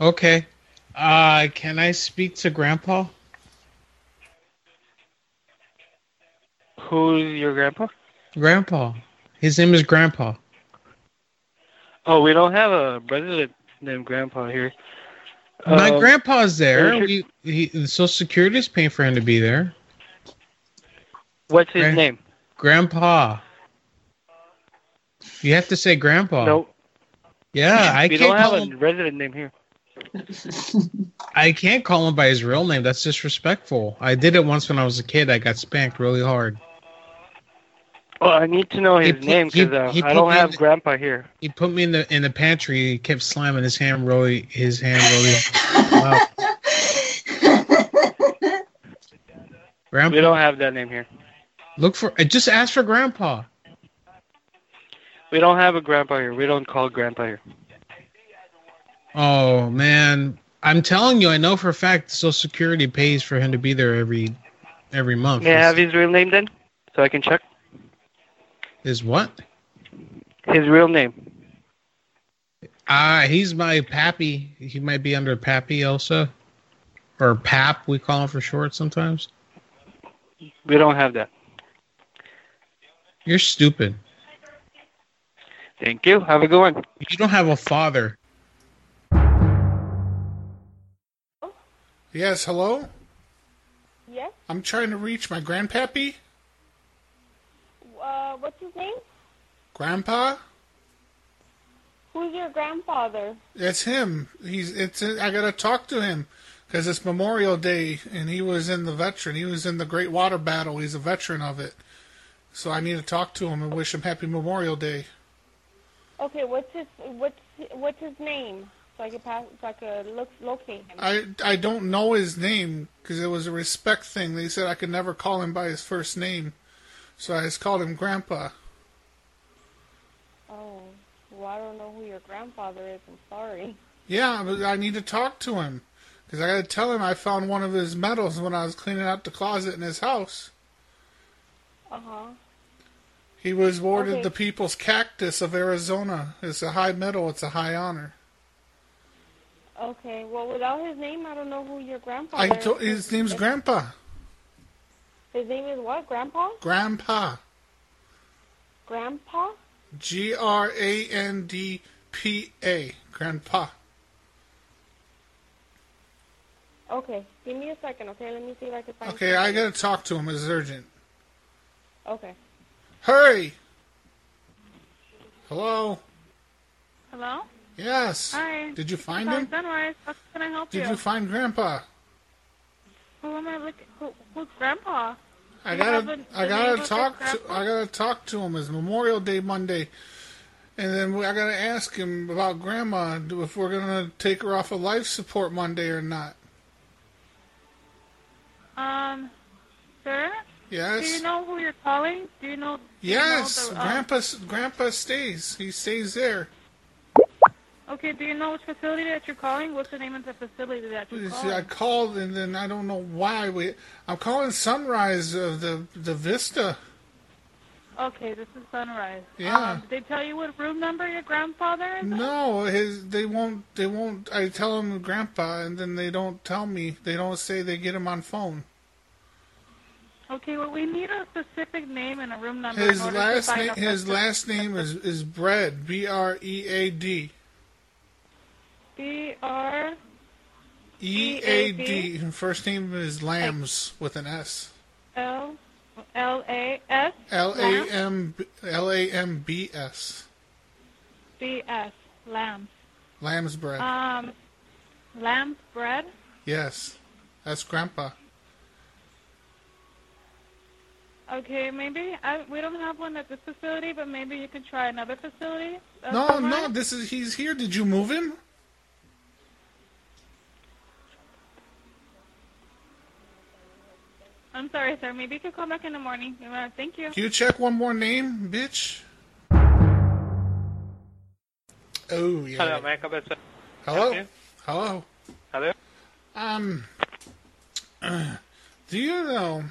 Speaker 9: Okay. Uh, can I speak to Grandpa?
Speaker 11: Who's your grandpa?
Speaker 9: Grandpa. His name is Grandpa.
Speaker 11: Oh, we don't have a resident named Grandpa here.
Speaker 9: My
Speaker 11: Um,
Speaker 9: grandpa's there.
Speaker 11: there's
Speaker 9: We, he, the Social Security is paying for him to be there.
Speaker 11: What's his
Speaker 9: Gran-
Speaker 11: name?
Speaker 9: Grandpa. You have to say Grandpa.
Speaker 11: No,
Speaker 9: Yeah, I
Speaker 11: we
Speaker 9: can't
Speaker 11: don't have
Speaker 9: call
Speaker 11: a
Speaker 9: him.
Speaker 11: resident name here.
Speaker 9: I can't call him by his real name. That's disrespectful. I did it once when I was a kid. I got spanked really hard.
Speaker 11: Well, Oh, I need to know
Speaker 9: He
Speaker 11: his
Speaker 9: put-
Speaker 11: name
Speaker 9: he-
Speaker 11: because uh,
Speaker 9: he
Speaker 11: I don't
Speaker 9: put me
Speaker 11: have
Speaker 9: in-
Speaker 11: Grandpa here.
Speaker 9: He put me in the in the pantry. He kept slamming his hand really his hand really. Wow.
Speaker 11: We
Speaker 9: Grandpa,
Speaker 11: don't have that name here.
Speaker 9: look for. uh, Just ask for Grandpa.
Speaker 11: We don't have a Grandpa here. We don't call Grandpa here.
Speaker 9: Oh man, I'm telling you, I know for a fact Social Security pays for him to be there every every month.
Speaker 11: May I have his real name then, so I can check
Speaker 9: Is what?
Speaker 11: his real name?
Speaker 9: Ah, he's my pappy. He might be under pappy also, or pap. We call him for short sometimes.
Speaker 11: We don't have that.
Speaker 9: You're stupid.
Speaker 11: Thank you. Have a good one.
Speaker 9: You don't have a father.
Speaker 3: Yes, hello?
Speaker 12: Yes.
Speaker 3: I'm trying to reach my grandpappy?
Speaker 12: Uh, what's his name?
Speaker 3: Grandpa?
Speaker 12: Who's your grandfather?
Speaker 3: It's him. He's it's I got to talk to him cuz it's Memorial Day and he was in the veteran. He was in the Great Water Battle. He's a veteran of it. So I need to talk to him and wish him happy Memorial Day.
Speaker 12: Okay, what's his what's what's his name? So I can pass, so I can look locate him.
Speaker 3: I I don't know his name because it was a respect thing. They said I could never call him by his first name, so I just called him Grandpa.
Speaker 12: Oh, well, I don't know who your grandfather is. I'm sorry.
Speaker 3: Yeah, but I need to talk to him because I got to tell him I found one of his medals when I was cleaning out the closet in his house.
Speaker 12: Uh huh.
Speaker 3: He was awarded
Speaker 12: Okay.
Speaker 3: the People's Cactus of Arizona. It's a high medal. It's a high honor.
Speaker 12: Okay, well, without his name, I don't know who your
Speaker 13: Oh,
Speaker 12: grandfather.
Speaker 3: I to-
Speaker 12: is.
Speaker 3: his name's Grandpa.
Speaker 12: His name is what? Grandpa?
Speaker 3: Grandpa.
Speaker 12: Grandpa?
Speaker 3: G R A N D P A. Grandpa.
Speaker 12: Okay, give me a second, okay? Let me see if I can find.
Speaker 3: Okay, I gotta talk to him. It's urgent.
Speaker 12: Okay.
Speaker 3: Hurry! Hello?
Speaker 13: Hello?
Speaker 3: Yes.
Speaker 13: Hi.
Speaker 3: Did you find
Speaker 13: Sorry,
Speaker 3: him?
Speaker 13: Sunrise. How can I help
Speaker 3: Did
Speaker 13: you?
Speaker 3: you find Grandpa?
Speaker 13: Who am I looking? Who, who's Grandpa?
Speaker 3: I
Speaker 13: Do you have
Speaker 3: gotta,
Speaker 13: a- the name
Speaker 3: I
Speaker 13: of
Speaker 3: gotta
Speaker 13: his
Speaker 3: talk
Speaker 13: grandpa?
Speaker 3: to, I gotta talk to him. It's Memorial Day Monday, and then we- I gotta ask him about Grandma do- if we're gonna take her off of life support Monday or not.
Speaker 13: Um, sir.
Speaker 3: Yes.
Speaker 13: Do you know who you're calling? Do you know? do you know
Speaker 3: Yes,
Speaker 13: the, um,
Speaker 3: Grandpa, s- Grandpa stays. He stays there.
Speaker 13: Okay. Do you know which facility that you're calling? What's the name of the facility that
Speaker 3: You
Speaker 13: you're
Speaker 3: see, I
Speaker 13: calling?
Speaker 3: called and then I don't know why we. I'm calling Sunrise of the the Vista.
Speaker 13: Okay. This is Sunrise.
Speaker 3: uh, Yeah.
Speaker 13: Um, did they tell you what room number your grandfather is?
Speaker 3: No, his they won't they won't. I tell him Grandpa, and then they don't tell me. They don't say they get him on phone.
Speaker 13: Okay. Well, we need a specific name and a room number.
Speaker 3: His
Speaker 13: in order to
Speaker 3: last
Speaker 13: find
Speaker 3: name
Speaker 13: out
Speaker 3: his
Speaker 13: what-
Speaker 3: last name is is Bread B R E A D
Speaker 13: B R.
Speaker 3: E A D. and First name is Lambs with an S.
Speaker 13: L L A S
Speaker 3: L A M L A M B S.
Speaker 13: B S lamb.
Speaker 3: Lamb's bread.
Speaker 13: Um, lamb's bread.
Speaker 3: yes, that's Grandpa.
Speaker 13: Okay, maybe I, we don't have one at this facility, but maybe you can try another facility. uh,
Speaker 3: No,
Speaker 13: somewhere.
Speaker 3: no, this is he's here. Did you move him?
Speaker 13: I'm sorry, sir. Maybe you could call back in the morning. Uh, Thank you.
Speaker 3: Can you check one more name, bitch? Oh yeah.
Speaker 14: Hello, may I come inside?
Speaker 3: Hello. Hello.
Speaker 14: Hello?
Speaker 3: Um. do you know?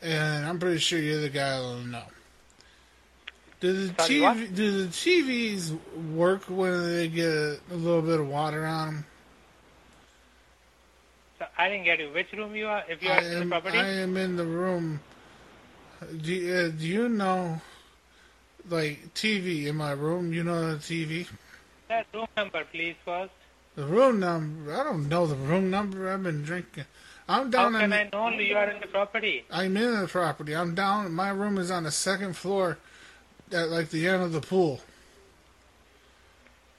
Speaker 3: And I'm pretty sure you're the guy that'll know. Do the
Speaker 14: Sorry,
Speaker 3: TV do the TVs work when they get a, little bit of water on them?
Speaker 14: So I didn't get you. Which room you are? If you are
Speaker 3: I
Speaker 14: in the
Speaker 3: am,
Speaker 14: property?
Speaker 3: I am in the room. Do, you- uh, do you know, like, TV in my room? You know the TV?
Speaker 14: That room number, please, first.
Speaker 3: The room number? I don't know the room number. I've been drinking. I'm down
Speaker 14: How
Speaker 3: in.
Speaker 14: can I know you are in the property?
Speaker 3: I'm in the property. I'm down. My room is on the second floor, at like the end of the pool.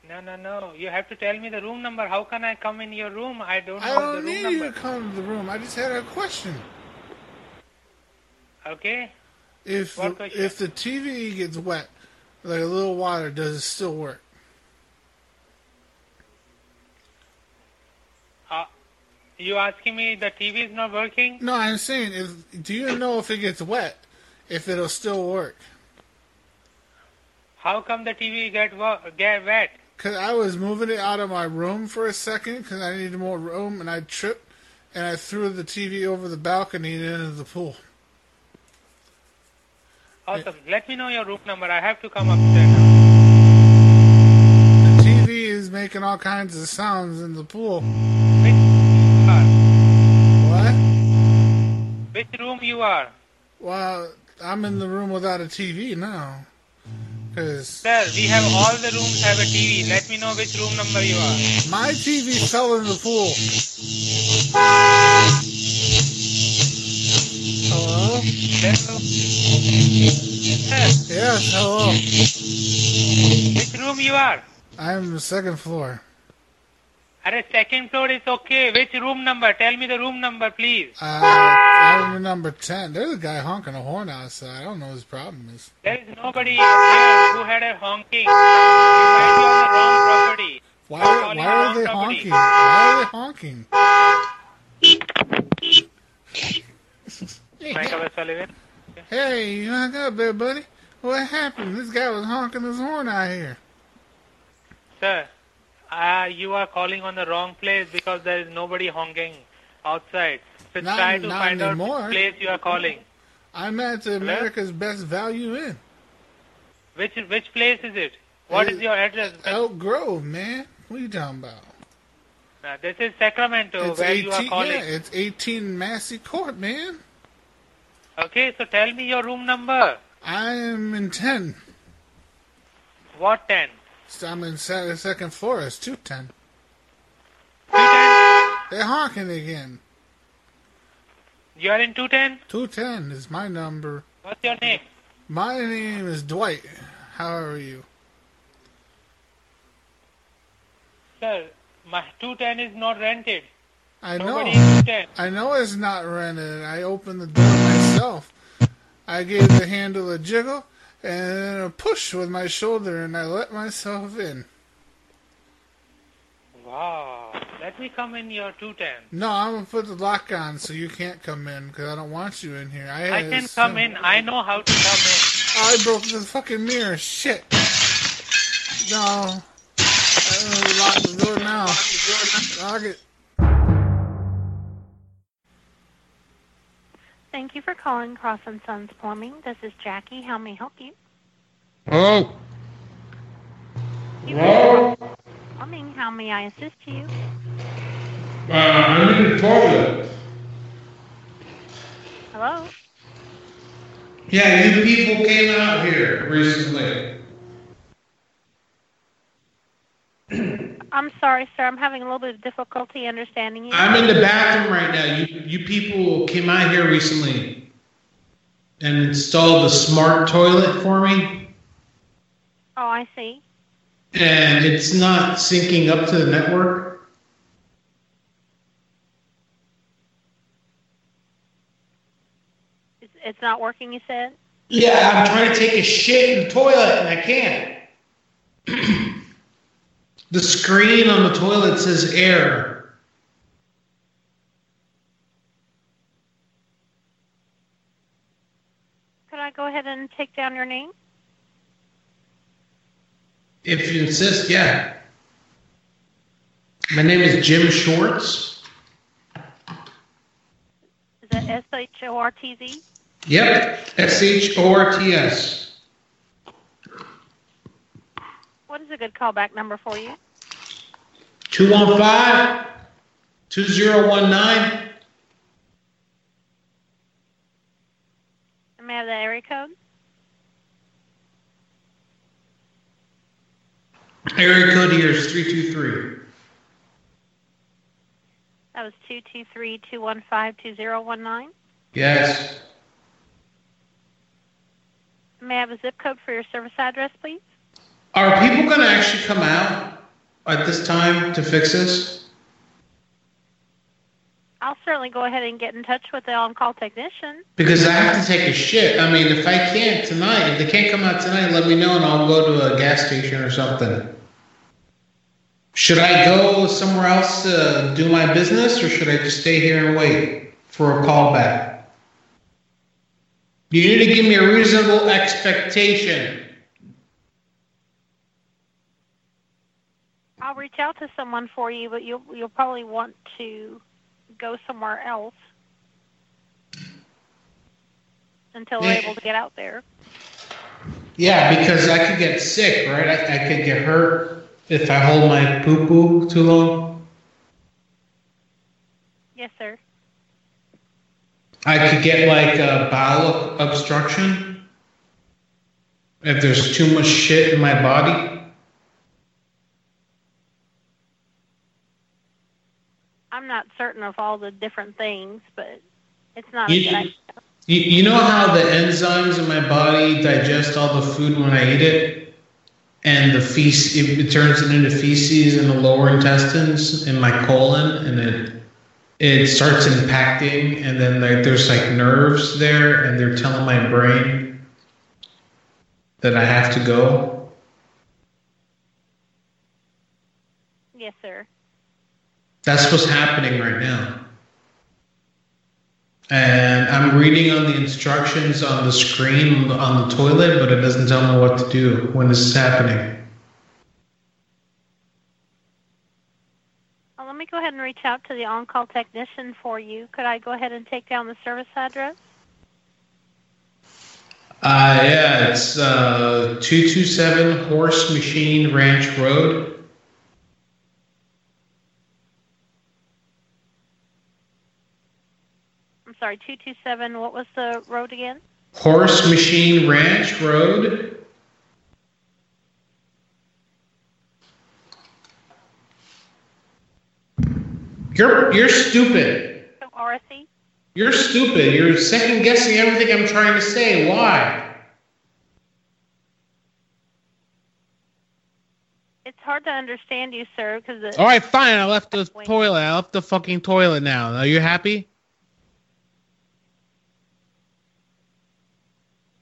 Speaker 14: No, no, no. You have to tell me the room number. How can I come in your room? I don't
Speaker 3: I
Speaker 14: know the
Speaker 3: don't
Speaker 14: room
Speaker 3: need you
Speaker 14: number.
Speaker 3: to come to the room. I just had a question.
Speaker 14: Okay.
Speaker 3: If
Speaker 14: What
Speaker 3: the,
Speaker 14: question?
Speaker 3: if the TV gets wet, like a little water, does it still work?
Speaker 14: Uh, you asking me the TV is not working?
Speaker 3: No, I'm saying, if do you know if it gets wet, if it'll still work?
Speaker 14: How come the TV get wo- get wet?
Speaker 3: Cause I was moving it out of my room for a second because I needed more room, and I tripped, and I threw the TV over the balcony and into the pool.
Speaker 14: Awesome. Let me know your room number. I have to come upstairs.
Speaker 3: The TV is making all kinds of sounds in the pool. What?
Speaker 14: Which room you are?
Speaker 3: Well, I'm in the room without a TV now. Because
Speaker 14: Sir, we have all the rooms have a TV. Let me know which room number you are.
Speaker 3: my TV fell in the pool. Hello? Yes, hello.
Speaker 14: Which room you are?
Speaker 3: I'm the second floor.
Speaker 14: Are second floor is okay. Which room number? Tell me the room number, please.
Speaker 3: Uh, room number 10. There's a guy honking a horn outside. I don't know what his problem is.
Speaker 14: There is nobody here who had a honking. You might be on the wrong
Speaker 3: Why, why
Speaker 14: property.
Speaker 3: are they honking? Why are they honking?
Speaker 14: Michael Sullivan.
Speaker 3: Hey, you hung up there, buddy. What happened? This guy was honking his horn out here.
Speaker 14: Sir, uh, you are calling on the wrong place because there is nobody honking outside. So
Speaker 3: Not-
Speaker 14: try to
Speaker 3: not
Speaker 14: find out
Speaker 3: anymore.
Speaker 14: which place you are calling.
Speaker 3: I'm at the America's Best Value Inn.
Speaker 14: Which which place is it? What
Speaker 3: Uh,
Speaker 14: is your address?
Speaker 3: Elk Grove, man. What are you talking about?
Speaker 14: Uh, this is Sacramento, where you are calling.
Speaker 3: yeah, it's 18 Massey Court, man.
Speaker 14: Okay, so tell me your room number.
Speaker 3: I am in 10.
Speaker 14: What 10?
Speaker 3: So I'm in se- second floor. It's 210. They're honking again.
Speaker 14: You are in 210?
Speaker 3: 210 is my number.
Speaker 14: What's your name?
Speaker 3: My name is Dwight. How are you?
Speaker 14: Sir, my 210 is not rented.
Speaker 3: I
Speaker 14: Nobody
Speaker 3: know.
Speaker 14: is dead.
Speaker 3: I know it's not rented. I opened the door myself. I gave the handle a jiggle and then a push with my shoulder, and I let myself in.
Speaker 14: Wow. Let me come in your 210.
Speaker 3: No, I'm gonna put the lock on so you can't come in because I don't want you in here. I,
Speaker 14: I
Speaker 3: had
Speaker 14: can
Speaker 3: a-
Speaker 14: come in. I know how to come in.
Speaker 3: I broke the fucking mirror. Shit. No. I'm gonna lock the door now. Lock it.
Speaker 15: Thank you for calling Cross and Sons Plumbing. This is Jackie. How may I help you?
Speaker 9: Oh.
Speaker 15: Plumbing, how may I assist you?
Speaker 9: Uh, I'm in the toilet.
Speaker 15: Hello?
Speaker 9: Yeah, you people came out here recently.
Speaker 15: I'm sorry, sir. I'm having a little bit of difficulty understanding you.
Speaker 9: I'm in the bathroom right now. You you people came out here recently and installed the smart toilet for me,
Speaker 15: Oh, I see.
Speaker 9: and it's not syncing up to the network.
Speaker 15: It's, it's not working, you said?
Speaker 9: Yeah, I'm trying to take a shit in the toilet and I can't. the screen on the toilet says air.
Speaker 15: Could I go ahead and take down your name?
Speaker 9: If you insist, yeah. My name is Jim Schwartz.
Speaker 15: Is that S H O R T Z?
Speaker 9: Yep, S H O R T S.
Speaker 15: What is a good callback number for you?
Speaker 9: 215 2019
Speaker 15: And May I have that area code?
Speaker 9: Area code here is 323.
Speaker 15: That was two two three two one five two zero one nine.
Speaker 9: Yes.
Speaker 15: May I have a zip code for your service address, please?
Speaker 9: Are people going to actually come out at this time to fix this?
Speaker 15: I'll certainly go ahead and get in touch with the on-call technician.
Speaker 9: Because I have to take a shit. I mean, if I can't tonight, if they can't come out tonight, let me know and I'll go to a gas station or something. Should I go somewhere else to do my business or should I just stay here and wait for a call back? You need to give me a reasonable expectation.
Speaker 15: I'll reach out to someone for you, but you'll you'll probably want to go somewhere else until we're
Speaker 9: Yeah.
Speaker 15: able to get out there.
Speaker 9: Yeah, because I could get sick, right? I, I could get hurt if I hold my poo poo too long.
Speaker 15: Yes, sir.
Speaker 9: I could get like a bowel obstruction. If there's too much shit in my body,
Speaker 15: I'm not certain of all the different things, but it's not a
Speaker 9: You-
Speaker 15: good idea.
Speaker 9: you, you know how the enzymes in my body digest all the food when I eat it, and the feces it, it turns it into feces in the lower intestines in my colon, and it it starts impacting, and then like there's like nerves there, and they're telling my brain that I have to go.
Speaker 15: Yes, sir.
Speaker 9: That's what's happening right now. And I'm reading on the instructions on the screen on the toilet, but it doesn't tell me what to do when this is happening.
Speaker 15: Well, let me go ahead and reach out to the on-call technician for you. Could I go ahead and take down the service address?
Speaker 9: Uh, yeah, it's uh, 227 Horse Machine Ranch Road.
Speaker 15: I'm sorry, 227, what was the road again?
Speaker 9: Horse Machine Ranch Road. You're, you're stupid.
Speaker 15: So Oracy?
Speaker 9: You're stupid. You're second guessing everything I'm trying to say. Why?
Speaker 15: It's hard to understand you, sir, because the...
Speaker 9: All right, fine. I left the toilet. I left the fucking toilet now. Are you happy?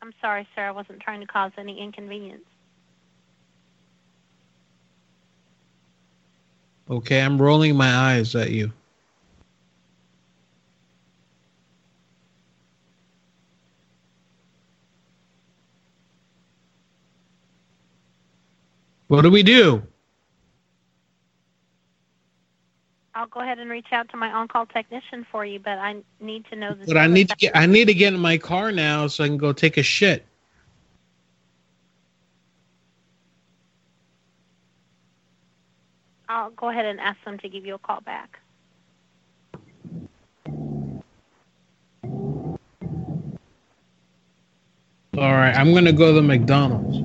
Speaker 15: I'm sorry, sir, I wasn't trying to cause any inconvenience.
Speaker 9: Okay, I'm rolling my eyes at you. What do we do?
Speaker 15: I'll go ahead and reach out to my on-call technician for you, but I need to know this.
Speaker 9: But I need to get I need to get in my car now so I can go take a shit.
Speaker 15: I'll go ahead and ask them to give you a call back.
Speaker 9: All right, I'm gonna go to McDonald's.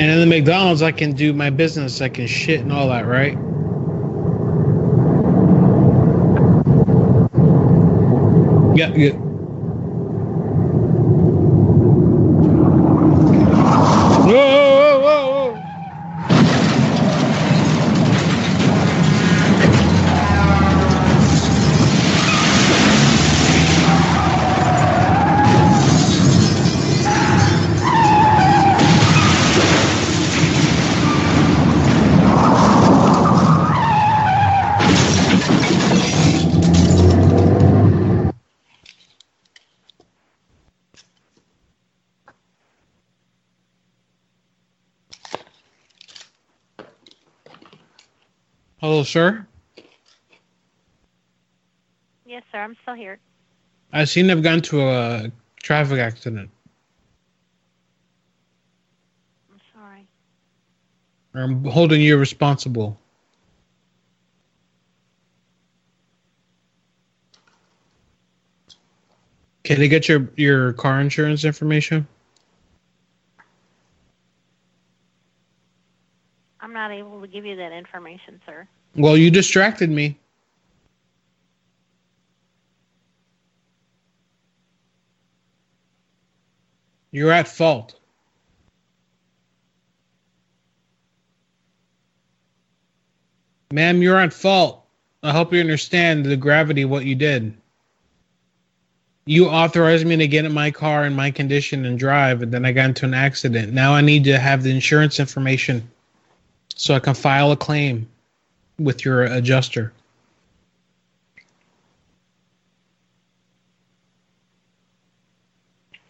Speaker 9: And in the McDonald's, I can do my business. I can shit and all that, right? Yeah, yeah. Whoa, whoa, whoa, whoa. Hello, sir.
Speaker 15: Yes, sir, I'm still here.
Speaker 9: I seen I've gone to a traffic accident.
Speaker 15: I'm sorry.
Speaker 9: I'm holding you responsible. Can I get your, your car insurance information?
Speaker 15: I'm not able to give you that information, sir.
Speaker 9: Well, you distracted me. You're at fault. Ma'am, you're at fault. I hope you understand the gravity of what you did. You authorized me to get in my car in my condition and drive, and then I got into an accident. Now I need to have the insurance information so I can file a claim with your adjuster.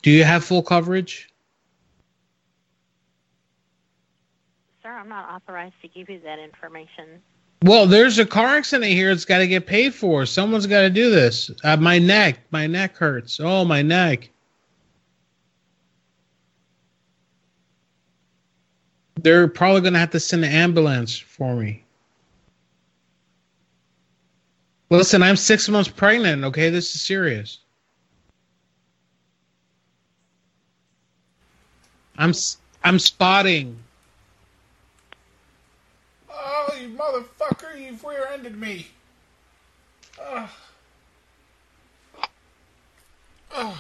Speaker 9: Do you have full coverage?
Speaker 15: Sir, I'm not authorized to give you that information.
Speaker 9: Well, there's a car accident here. It's got to get paid for. Someone's got to do this. Uh, my neck, my neck hurts. Oh, my neck. They're probably going to have to send an ambulance for me. Listen, I'm six months pregnant. Okay, this is serious. I'm s- I'm spotting.
Speaker 3: Oh, you motherfucker! You've rear-ended me. Ugh. Ugh.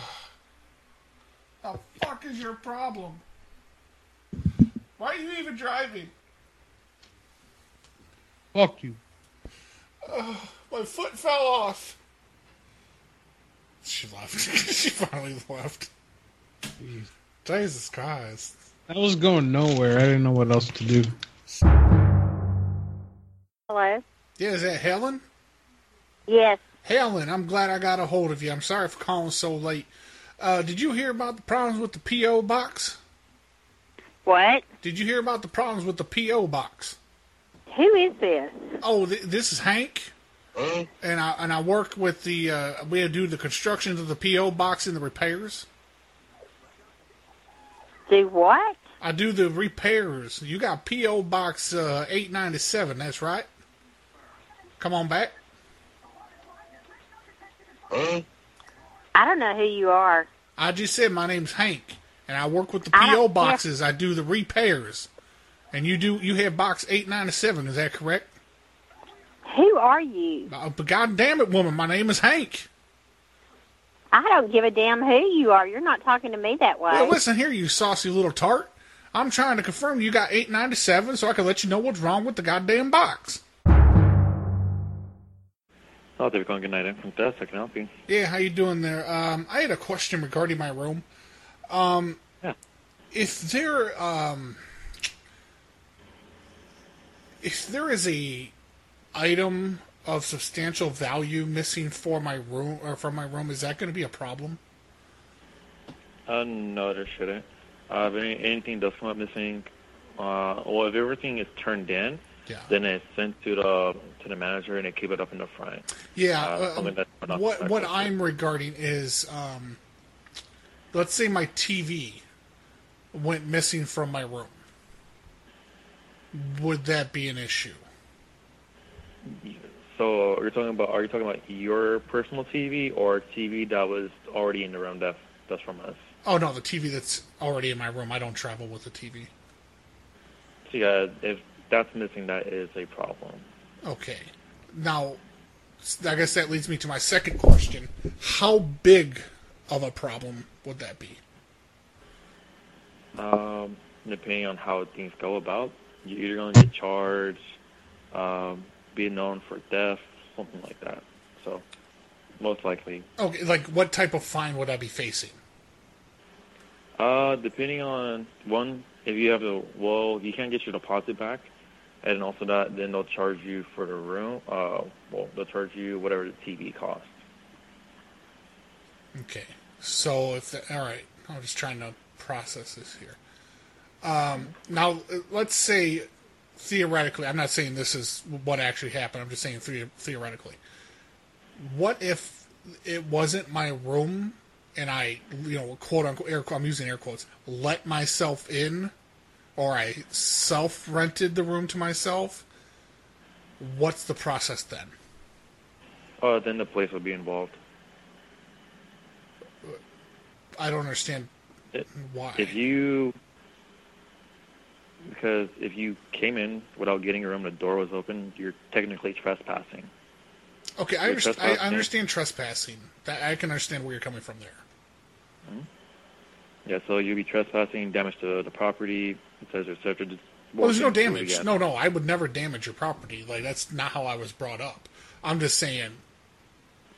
Speaker 3: The fuck is your problem? Why are you even driving?
Speaker 9: Fuck you.
Speaker 3: Ugh. My foot fell off. She left. she finally left. Jesus Christ.
Speaker 9: I was going nowhere. I didn't know what else to do.
Speaker 10: Hello?
Speaker 3: Yeah, is that Helen?
Speaker 10: Yes.
Speaker 3: Helen, I'm glad I got a hold of you. I'm sorry for calling so late. Uh, did you hear about the problems with the P.O. box?
Speaker 10: What?
Speaker 3: Did you hear about the problems with the P.O. box?
Speaker 10: Who is this?
Speaker 3: Oh, th- this is Hank. And I and I work with the uh, we do the constructions of the PO box and the repairs.
Speaker 10: Do what?
Speaker 3: I do the repairs. You got PO box uh, eight ninety seven. That's right. Come on back.
Speaker 10: I don't know who you are.
Speaker 3: I just said my name's Hank, and I work with the
Speaker 10: I don't
Speaker 3: PO
Speaker 10: care.
Speaker 3: boxes. I do the repairs, and you do you have box eight ninety seven. Is that correct?
Speaker 10: Who are you?
Speaker 3: Uh, but God damn it, woman, my name is Hank.
Speaker 10: I don't give a damn who you are. You're not talking to me that way.
Speaker 3: Well, listen here, you saucy little tart. I'm trying to confirm you got eight ninety seven, so I can let you know what's wrong with the goddamn box.
Speaker 16: Oh, they've gone good night. I'm from Desk. I can help you.
Speaker 3: Yeah, how you doing there? Um, I had a question regarding my room. Um, If there, um, if there is a item of substantial value missing for my room or from my room, is that going to be a problem?
Speaker 16: Uh, no, there shouldn't. Uh, if any, anything does come up missing, uh, or if everything is turned in,
Speaker 3: Yeah.
Speaker 16: then it's sent to the to the manager and they keep it up in the front.
Speaker 3: Yeah.
Speaker 16: Uh,
Speaker 3: uh,
Speaker 16: something that's not-
Speaker 3: what what I'm regarding is, um, let's say my TV went missing from my room. Would that be an issue?
Speaker 16: So you're talking about are you talking about your personal TV or TV that was already in the room that's that's from us?
Speaker 3: Oh no, the TV that's already in my room. I don't travel with the TV.
Speaker 16: So yeah, if that's missing, that is a problem.
Speaker 3: Okay. Now, s- I guess that leads me to my second question: How big of a problem would that be?
Speaker 16: Um, depending on how things go about, you're either going to get charged, um, be known for theft, something like that. So, most likely,
Speaker 3: Okay, like what type of fine would I be facing?
Speaker 16: uh, depending on one, if you have the well, you can't get your deposit back, and also that then they'll charge you for the room. Uh, well, they'll charge you whatever the TV costs.
Speaker 3: Okay. So if the, all right, I'm just trying to process this here. Um, now uh, let's say theoretically, I'm not saying this is what actually happened. I'm just saying the, theoretically. What if it wasn't my room and I, you know, quote unquote, air, I'm using air quotes, let myself in, or I self rented the room to myself? What's the process then?
Speaker 16: Uh, then the police will be involved.
Speaker 3: I don't understand why.
Speaker 16: If you, because if you came in without getting your room, the door was open, you're technically trespassing.
Speaker 3: Okay, I,
Speaker 16: You're
Speaker 3: underst- I,
Speaker 16: trespassing.
Speaker 3: I understand trespassing. That I can understand where you're coming from there.
Speaker 16: Yeah, so you'd be trespassing, damage to the property, it says there's such a.
Speaker 3: Well, there's no damage. No, no, I would never damage your property. Like that's not how I was brought up. I'm just saying,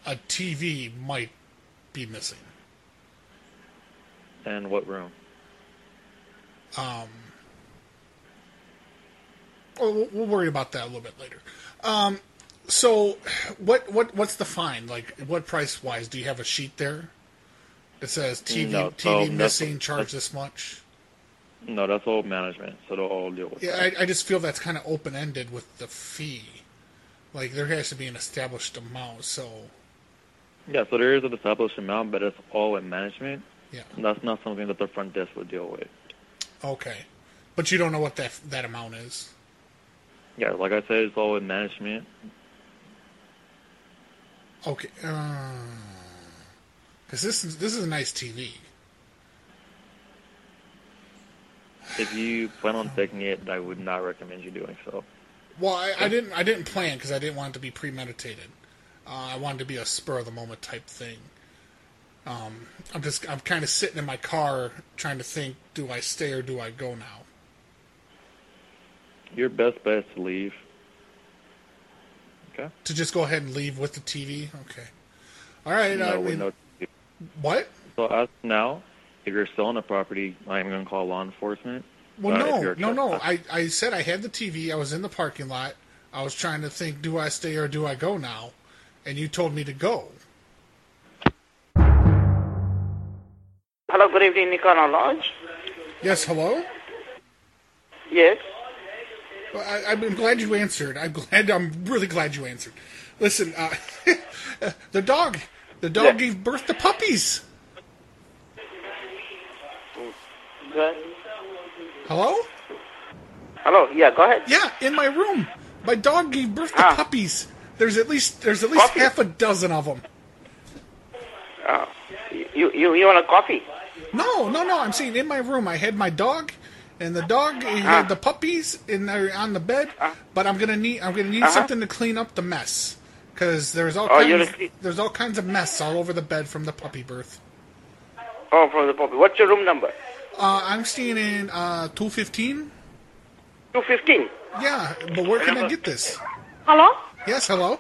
Speaker 3: a TV might be missing.
Speaker 16: And what room?
Speaker 3: Um, well, we'll- we'll worry about that a little bit later. Um, so, what what what's the fine? Like, what price wise? Do you have a sheet there? That says TV
Speaker 16: Mm, No,
Speaker 3: TV
Speaker 16: no,
Speaker 3: missing,
Speaker 16: that's-
Speaker 3: charge
Speaker 16: that's-
Speaker 3: this much.
Speaker 16: No, that's all management, so they'll all deal with
Speaker 3: Yeah,
Speaker 16: that.
Speaker 3: I, I just feel that's kind of open ended with the fee. Like there has to be an established amount. So
Speaker 16: Yeah, so there is an established amount, but it's all in management.
Speaker 3: Yeah.
Speaker 16: And that's not something that the front desk would deal with.
Speaker 3: okay, but you don't know what that that amount is.
Speaker 16: Yeah, like I said, it's all in management.
Speaker 3: Okay. Because this is this is a nice TV.
Speaker 16: If you plan on taking it, I would not recommend you doing so.
Speaker 3: Well, I, I didn't I didn't plan because I didn't want it to be premeditated. Uh, I wanted to be a spur of the moment type thing. Um, I'm just I'm kind of sitting in my car trying to think: Do I stay or do I go now?
Speaker 16: Your best bet is to leave. Okay.
Speaker 3: To just go ahead and leave with the TV? Okay. All right.
Speaker 16: no,
Speaker 3: I
Speaker 16: with
Speaker 3: mean,
Speaker 16: no TV.
Speaker 3: what?
Speaker 16: So as of now, if you're still on the property, I'm going to call law enforcement.
Speaker 3: Well,
Speaker 16: But if
Speaker 3: no,
Speaker 16: you're-
Speaker 3: no, no. I, I said I had the TV. I was in the parking lot. I was trying to think: Do I stay or do I go now? And you told me to go.
Speaker 17: Hello, good evening, Nicola Lodge.
Speaker 3: Yes. Hello.
Speaker 17: Yes.
Speaker 3: Well, I, I'm glad you answered. I'm glad. I'm really glad you answered. Listen, uh, the dog, the dog gave birth to puppies.
Speaker 17: Go ahead.
Speaker 3: Hello?
Speaker 17: Hello. Yeah. Go ahead.
Speaker 3: Yeah, in my room, my dog gave birth to puppies. There's at least there's at least half a dozen of them.
Speaker 17: Uh, you you you want a coffee?
Speaker 3: No, no, no. I'm saying in my room, I had my dog, and the dog and
Speaker 17: Ah.
Speaker 3: the puppies in there on the bed. But I'm gonna need I'm gonna need
Speaker 17: Uh-huh.
Speaker 3: something to clean up the mess because there's all
Speaker 17: Oh, you're
Speaker 3: kinds,
Speaker 17: a cle-
Speaker 3: there's all kinds of mess all over the bed from the puppy birth.
Speaker 17: Oh, from the pub. What's your room number?
Speaker 3: Uh, I'm staying in uh, 215.
Speaker 17: 215?
Speaker 3: Yeah, but where can I get this?
Speaker 13: Hello?
Speaker 3: Yes, hello?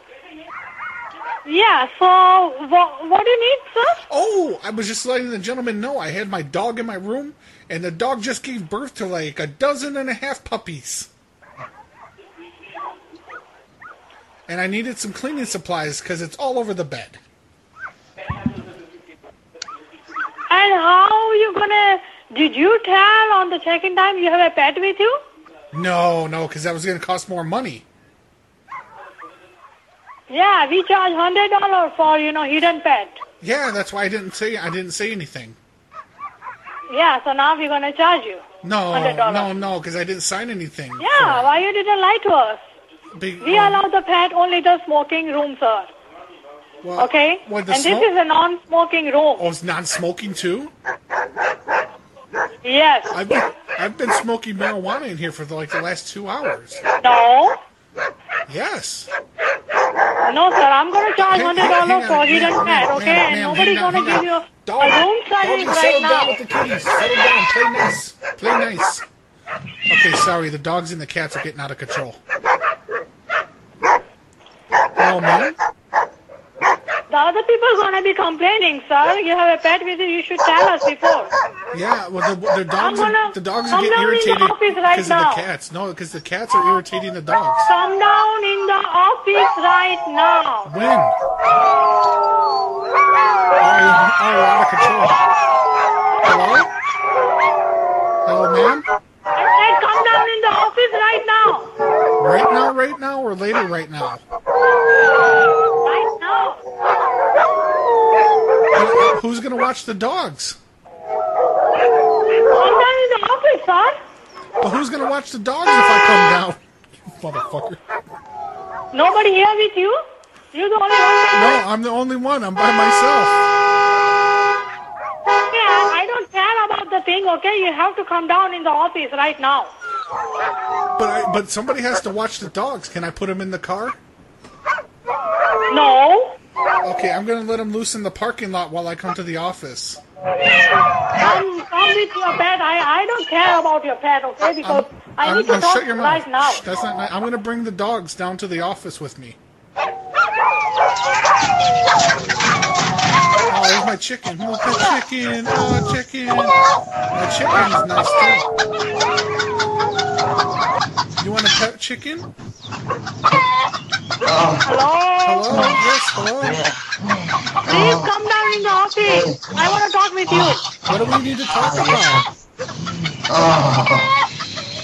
Speaker 13: Yeah, so what, what do you need, sir?
Speaker 3: Oh, I was just letting the gentleman know I had my dog in my room, and the dog just gave birth to like a dozen and a half puppies. And I needed some cleaning supplies because it's all over the bed.
Speaker 13: And how you gonna. Did you tell on the check-in time you have a pet with you?
Speaker 3: No, no, because that was going to cost more money.
Speaker 13: Yeah, we charge $100 for, you know, hidden pet.
Speaker 3: Yeah, that's why I didn't say I didn't say anything.
Speaker 13: Yeah, so now we're gonna charge you.
Speaker 3: No,
Speaker 13: $100.
Speaker 3: no, no, because I didn't sign anything.
Speaker 13: Yeah, why you didn't lie to us?
Speaker 3: Be-
Speaker 13: We allow the pet only the smoking room, sir.
Speaker 3: Well,
Speaker 13: okay?
Speaker 3: well, the
Speaker 13: and
Speaker 3: smoke-
Speaker 13: this is a non-smoking room.
Speaker 3: Oh, it's non-smoking too.
Speaker 13: Yes.
Speaker 3: I've been I've been smoking marijuana in here for like the last two hours.
Speaker 13: No.
Speaker 3: Yes.
Speaker 13: No, sir, I'm gonna charge
Speaker 3: Hang-
Speaker 13: hundred dollars
Speaker 3: hang
Speaker 13: for
Speaker 3: on,
Speaker 13: hidden
Speaker 3: ma'am,
Speaker 13: pet,
Speaker 3: ma'am,
Speaker 13: okay?
Speaker 3: ma'am,
Speaker 13: and
Speaker 3: ma'am,
Speaker 13: nobody's
Speaker 3: hang on,
Speaker 13: gonna give
Speaker 3: hang
Speaker 13: you a room
Speaker 3: on.
Speaker 13: service
Speaker 3: Doggy,
Speaker 13: right
Speaker 3: settle
Speaker 13: now.
Speaker 3: down with the kitties. Settle down. Play nice. Play nice. Okay, sorry. The dogs and the cats are getting out of control. Hello, ma'am.
Speaker 13: The other people gonna be complaining, sir. You have a pet with you. You should tell us before.
Speaker 3: Yeah, well, the, the dogs
Speaker 13: gonna
Speaker 3: are, the dogs are
Speaker 13: come
Speaker 3: getting
Speaker 13: down in the
Speaker 3: irritated
Speaker 13: office right
Speaker 3: because of
Speaker 13: now.
Speaker 3: the cats. No, because the cats are irritating the dogs.
Speaker 13: Come down in the office right now.
Speaker 3: When? Oh, you're, oh, you're out of control. Hello? Hello, ma'am?
Speaker 13: I said, come down in the office right now.
Speaker 3: Right now, right now, or later right now?
Speaker 13: Right now.
Speaker 3: Who- uh, Who's going to watch the dogs?
Speaker 13: Come down in the office, sir.
Speaker 3: Well, who's going to watch the dogs if I come down? You motherfucker.
Speaker 13: Nobody here with you. You the only one.
Speaker 3: No, I'm the only one. I'm by myself.
Speaker 13: Okay, I I don't care about the thing. Okay, you have to come down in the office right now.
Speaker 3: But I, but somebody has to watch the dogs. Can I put them in the car?
Speaker 13: No.
Speaker 3: Okay, I'm going to let them loose in the parking lot while I come to the office.
Speaker 13: Come, come with your pet. I, I don't care about your pet, okay? Because I
Speaker 3: I'm-
Speaker 13: need to
Speaker 3: I'm-
Speaker 13: talk
Speaker 3: shut your mouth.
Speaker 13: right now.
Speaker 3: Shh, That's not. ni- I'm going to bring the dogs down to the office with me. Oh, there's my chicken. Look, the chicken. Oh, chicken. My chicken's nice too. You want a pet chicken?
Speaker 13: Hello?
Speaker 3: Hello. Yes. Hello.
Speaker 13: Please come down in the office. I want to talk with you.
Speaker 3: What do we need to talk about?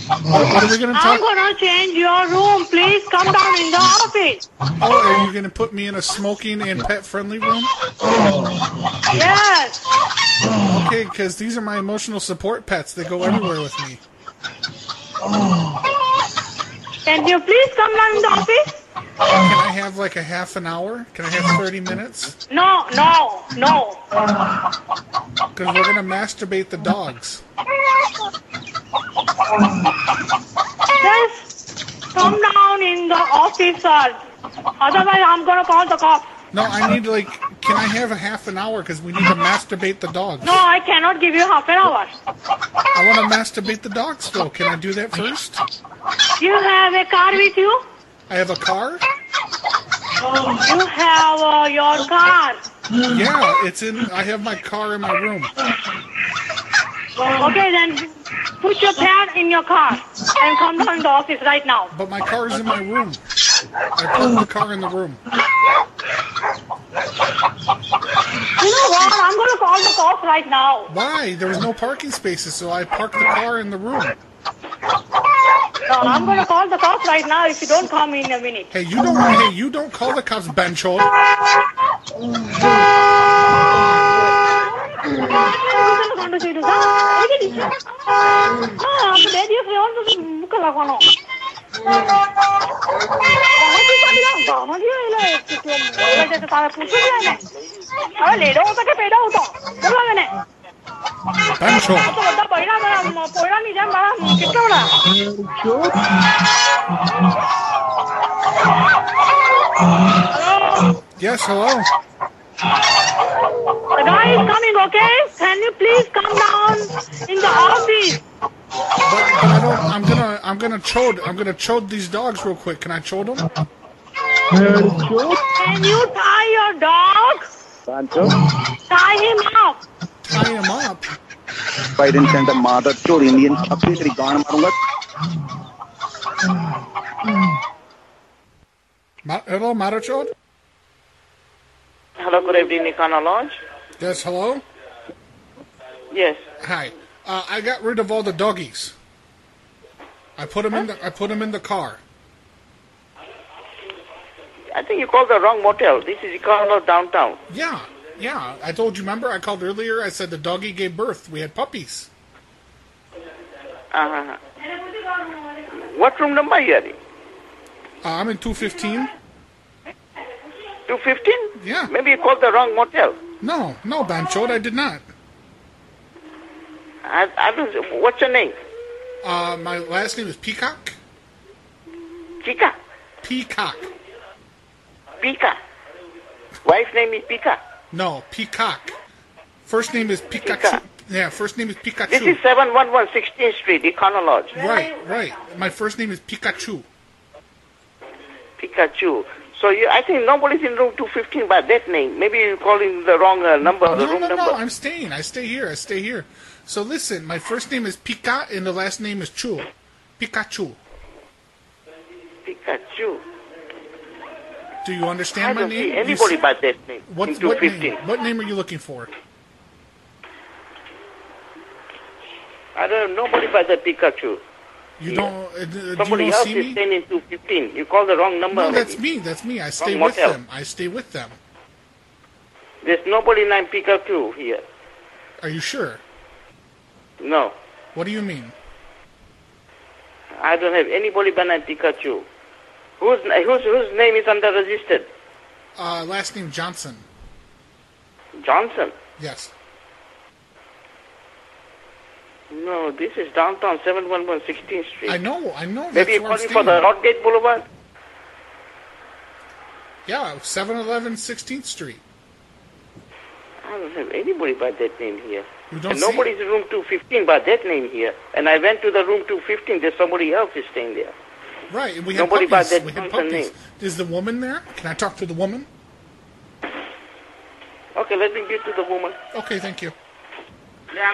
Speaker 3: What, what are we going to
Speaker 13: I'm
Speaker 3: talk?
Speaker 13: going to change your room. Please come down in the office.
Speaker 3: Oh, are you going to put me in a smoking and pet-friendly room?
Speaker 13: Yes.
Speaker 3: Okay, because these are my emotional support pets. They go everywhere with me.
Speaker 13: Can you please come down in the office?
Speaker 3: Can I have like a half an hour? Can I have 30 minutes?
Speaker 13: No, no, no.
Speaker 3: Because we're going to masturbate the dogs.
Speaker 13: Just come down in the office, sir. Otherwise, I'm gonna call the cops.
Speaker 3: No, I need like, can I have a half an hour? Because we need to masturbate the dogs.
Speaker 13: No, I cannot give you half an hour.
Speaker 3: I want to masturbate the dogs though. Can I do that first?
Speaker 13: You have a car with you?
Speaker 3: I have a car?
Speaker 13: You have uh, your car.
Speaker 3: Yeah, it's in, I have my car in my room.
Speaker 13: Okay, then put your pad in your car and come down to the office right now.
Speaker 3: But my car is in my room. I put the car in the room.
Speaker 13: You know what? I'm gonna call the cops right now.
Speaker 3: Why? There was no parking spaces, so I parked the car in the room.
Speaker 13: No, I'm gonna call the cops right now if you don't come in a minute.
Speaker 3: Hey, you don't, hey, you don't call the cops, Benchol.
Speaker 13: કોણ જોઈ લીધા? એ કે દીકરા, હા, આપણે બે દિવસ રહેવાનું તો મૂકો લાગવાનો. ગામડે થી કાઢી લાવ, ગામડે એલા એ કે તે મોબાઈલ છે તો તારે પૂછવું જોઈએ ને. હવે લેડો હતો કે પેડો હતો? બોલાવે ને.
Speaker 3: Benchol.
Speaker 13: આ તો બધા બૈરા મારા પોયરાની જેમ મારા કેટલા બધા.
Speaker 3: Yes, hello.
Speaker 13: The guy is coming, okay? Can you please come down in the office?
Speaker 3: I don't, I'm gonna, I'm gonna chode, I'm gonna chode these dogs real quick. Can I chode them?
Speaker 13: Can you tie your dog? Tie him up.
Speaker 3: Tie him up.
Speaker 18: Biden sent a mother to Indian. अपनी तेरी गान मारूंगा
Speaker 3: Ma- hello, Matter chode?
Speaker 17: Hello, good evening, Nikana Lodge.
Speaker 3: Yes, hello.
Speaker 17: Yes.
Speaker 3: Hi. Uh, I got rid of all the doggies. I put them in the, I put 'em in the car.
Speaker 17: I think you called the wrong motel. This is Econo downtown.
Speaker 3: Yeah, yeah. I told you. Remember, I called earlier. I said the doggy gave birth. We had puppies.
Speaker 17: Uh-huh. What room number are you at?
Speaker 3: Uh, I'm in two fifteen.
Speaker 17: 215?
Speaker 3: Yeah.
Speaker 17: Maybe you called the wrong motel.
Speaker 3: No, no, Banchod, I did not.
Speaker 17: I, I don't, what's your name?
Speaker 3: Uh, my last name is Peacock.
Speaker 17: Chica?
Speaker 3: Peacock.
Speaker 17: Pika. Wife's name is Pika.
Speaker 3: No, Peacock. First name is Pikachu. Yeah, first name is Pikachu.
Speaker 17: This is 711 16th Street, Econo Lodge.
Speaker 3: Right, right. My first name is Pikachu.
Speaker 17: Pikachu. So you, I think nobody's in room 215 by that name. Maybe you're calling the wrong uh, number, the
Speaker 3: No,
Speaker 17: room
Speaker 3: no, no.
Speaker 17: number.
Speaker 3: I'm staying. I stay here. I stay here. So listen, my first name is Pika and the last name is Chu. Pikachu.
Speaker 17: Pikachu.
Speaker 3: Do you
Speaker 17: I
Speaker 3: understand my
Speaker 17: don't see
Speaker 3: name? You
Speaker 17: anybody
Speaker 3: see-
Speaker 17: by that name
Speaker 3: What,
Speaker 17: in
Speaker 3: what
Speaker 17: 215.
Speaker 3: name? What name are you looking for?
Speaker 17: I don't know nobody by that Pikachu.
Speaker 3: You don't. Uh, d- uh, do you
Speaker 17: Somebody
Speaker 3: don't
Speaker 17: else
Speaker 3: see
Speaker 17: is
Speaker 3: me?
Speaker 17: staying in 215. You called the wrong number.
Speaker 3: No,
Speaker 17: already.
Speaker 3: that's me. That's me. I stay
Speaker 17: Wrong
Speaker 3: with
Speaker 17: motel.
Speaker 3: them. I stay with them.
Speaker 17: There's nobody named Pikachu here.
Speaker 3: Are you sure?
Speaker 17: No,
Speaker 3: What do you mean?
Speaker 17: I don't have anybody by name Pikachu. Whose, whose, whose name is under registered?
Speaker 3: Uh, last name Johnson.
Speaker 17: Johnson.
Speaker 3: Yes.
Speaker 17: No, this is downtown 711 16th Street.
Speaker 3: I know. I know.
Speaker 17: Maybe
Speaker 3: that's
Speaker 17: you're
Speaker 3: where I'm
Speaker 17: calling for the
Speaker 3: staying.
Speaker 17: Rodgate Boulevard?
Speaker 3: Yeah, 711 16th Street.
Speaker 17: I don't have anybody by that name here.
Speaker 3: You don't
Speaker 17: and
Speaker 3: see-
Speaker 17: nobody's in room 215 by that name here. And I went to the room 215. There's somebody else is staying there.
Speaker 3: Right, and we had
Speaker 17: Nobody
Speaker 3: puppies.
Speaker 17: by that
Speaker 3: we had
Speaker 17: Johnson
Speaker 3: puppies.
Speaker 17: name.
Speaker 3: Is the woman there? Can I talk to the woman?
Speaker 17: Okay, let me get to the woman.
Speaker 3: Okay, thank you.
Speaker 17: There's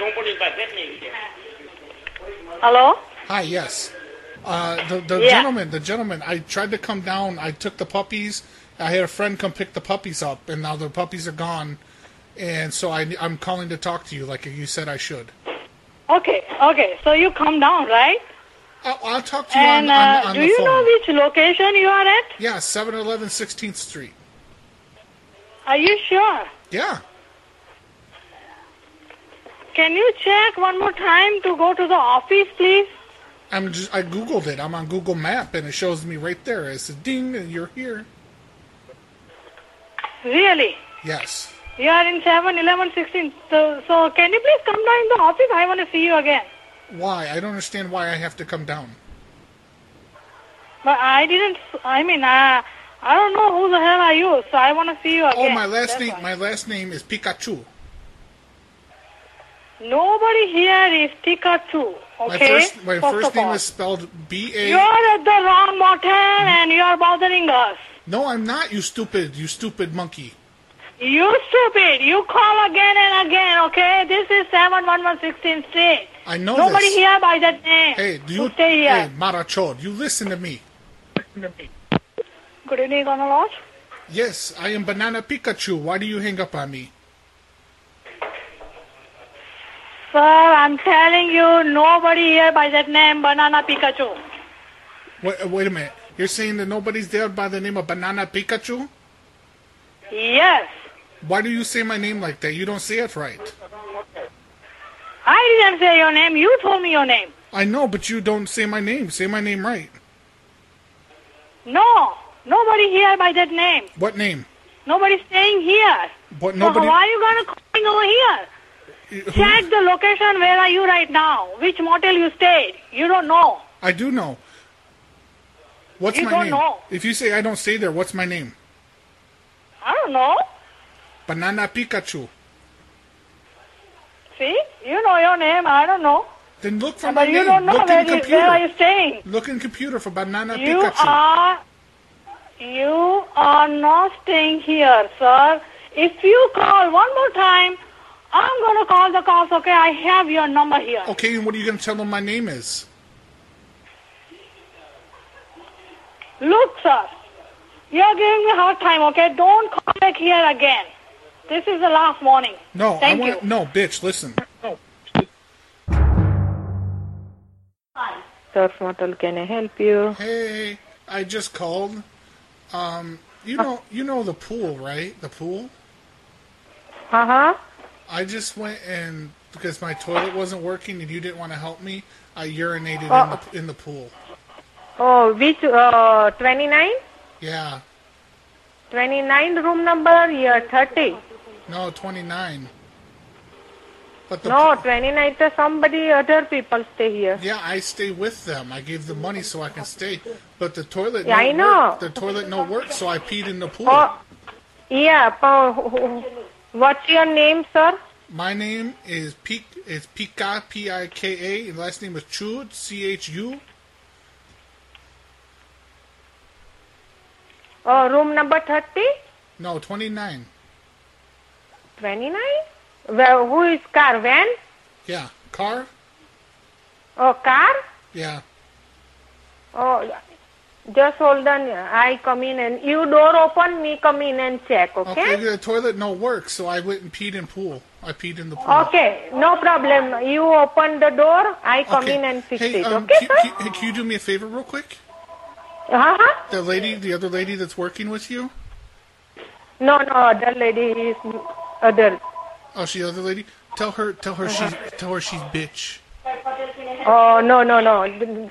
Speaker 17: nobody by that name here.
Speaker 13: Hello?
Speaker 3: Hi, yes. Uh, the the
Speaker 13: Yeah.
Speaker 3: gentleman, the gentleman. I tried to come down. I took the puppies. I had a friend come pick the puppies up, and now the puppies are gone. And so I, I'm calling to talk to you, like you said I should.
Speaker 13: Okay, okay. So you come down, right?
Speaker 3: I'll, I'll talk to you
Speaker 13: And
Speaker 3: on, on,
Speaker 13: uh,
Speaker 3: on
Speaker 13: do
Speaker 3: the
Speaker 13: you
Speaker 3: phone.
Speaker 13: know which location you are at?
Speaker 3: Yeah, 711 16th Street.
Speaker 13: Are you sure?
Speaker 3: Yeah.
Speaker 13: Can you check one more time to go to the office, please?
Speaker 3: I'm just I googled it. I'm on Google Map and it shows me right there. It's a ding and you're here.
Speaker 13: Really?
Speaker 3: Yes.
Speaker 13: You are in 7, 11, 16. So, so can you please come down in the office? I want to see you again.
Speaker 3: Why? I don't understand why I have to come down.
Speaker 13: But I didn't, I mean, I, I don't know who the hell are you, so I want to see you again.
Speaker 3: Oh, my last
Speaker 13: That's
Speaker 3: name
Speaker 13: why.
Speaker 3: my last name is Pikachu.
Speaker 13: Nobody here is Pikachu,
Speaker 3: My
Speaker 13: okay?
Speaker 3: first my
Speaker 13: First
Speaker 3: first
Speaker 13: of
Speaker 3: name
Speaker 13: all.
Speaker 3: is spelled B
Speaker 13: You
Speaker 3: A
Speaker 13: are at the wrong button and you are bothering us.
Speaker 3: No, I'm not, you stupid, you stupid monkey.
Speaker 13: You stupid. You call again and again, okay? This is 71116 Street.
Speaker 3: I know
Speaker 13: Nobody
Speaker 3: this.
Speaker 13: here by that name.
Speaker 3: Hey, do you
Speaker 13: stay here.
Speaker 3: Hey, Marachod, you listen to me.
Speaker 13: Good evening, Colonel Lodge.
Speaker 3: Yes, I am Banana Pikachu. Why do you hang up on me?
Speaker 13: Sir, I'm telling you, nobody here by that name, Banana Pikachu.
Speaker 3: Wait, uh, wait a minute. You're saying that nobody's there by the name of Banana Pikachu?
Speaker 13: Yes.
Speaker 3: Why do you say my name like that? You don't say it right.
Speaker 13: I didn't say your name. You told me your name.
Speaker 3: I know, but you don't say my name. Say my name right.
Speaker 13: No. Nobody here by that name.
Speaker 3: What name?
Speaker 13: Nobody's staying here.
Speaker 3: But
Speaker 13: So
Speaker 3: nobody.
Speaker 13: how are you going to calling over here? Check the location. Where are you right now? Which motel you stayed? You don't know.
Speaker 3: I do know. What's
Speaker 13: You
Speaker 3: my
Speaker 13: don't
Speaker 3: name?
Speaker 13: know.
Speaker 3: If you say I don't stay there, what's my name?
Speaker 13: I don't know.
Speaker 3: Banana Pikachu.
Speaker 13: See, you know your name. I don't know.
Speaker 3: Then look for
Speaker 13: But
Speaker 3: my
Speaker 13: you
Speaker 3: name.
Speaker 13: don't know
Speaker 3: look
Speaker 13: where
Speaker 3: in
Speaker 13: you-
Speaker 3: computer.
Speaker 13: where are you staying?
Speaker 3: Look in computer for Banana
Speaker 13: You
Speaker 3: Pikachu.
Speaker 13: are, you are not staying here, sir. If you call one more time, I'm gonna call the cops. Okay, I have your number here.
Speaker 3: Okay, and what are you going to tell them my name is?
Speaker 13: Look, sir, you're giving me hard time. Okay, don't come back here again. This is the last warning.
Speaker 3: No,
Speaker 13: Thank
Speaker 3: I want. No, bitch, listen.
Speaker 12: Surf Motel, can I help you?
Speaker 3: Hey, I just called. Um, you know, you know the pool, right? The pool.
Speaker 12: Uh huh.
Speaker 3: I just went and because my toilet wasn't working and you didn't want to help me, I urinated in, the, in the pool.
Speaker 12: Oh, which uh, 29?
Speaker 3: Yeah,
Speaker 12: 29 room number, year 30.
Speaker 3: no, twenty nine. But the
Speaker 12: No, 29 is somebody, other people stay here.
Speaker 3: yeah, I stay with them. I gave them money so I can stay. But the toilet,
Speaker 12: Yeah,
Speaker 3: no
Speaker 12: I know.
Speaker 3: Work, the toilet no work, so I peed in the pool.
Speaker 12: Oh, yeah. pa- who- who- What's your name, sir?
Speaker 3: My name is Pik. It's Pika P I K A. and Last name is Chu C H U.
Speaker 12: Oh, room number 30?
Speaker 3: No, twenty nine.
Speaker 12: 29? Well, who is car? Van?
Speaker 3: Yeah, car.
Speaker 12: Oh, car?
Speaker 3: Yeah.
Speaker 12: Oh, just hold on. I come in and you door open, me come in and check,
Speaker 3: Okay. The toilet no work, so I went and peed in pool. I peed in the pool.
Speaker 12: Okay, no problem. You open the door, I come in and fix
Speaker 3: Hey,
Speaker 12: it.
Speaker 3: um,
Speaker 12: okay,
Speaker 3: can,
Speaker 12: sir?
Speaker 3: can- can you do me a favor real quick?
Speaker 12: Uh huh.
Speaker 3: The lady, the other lady that's working with you.
Speaker 12: No, no, other lady is other. Uh-huh.
Speaker 3: Oh, she the other lady. Tell her, tell her she's, tell her she's bitch.
Speaker 12: Oh no, no, no.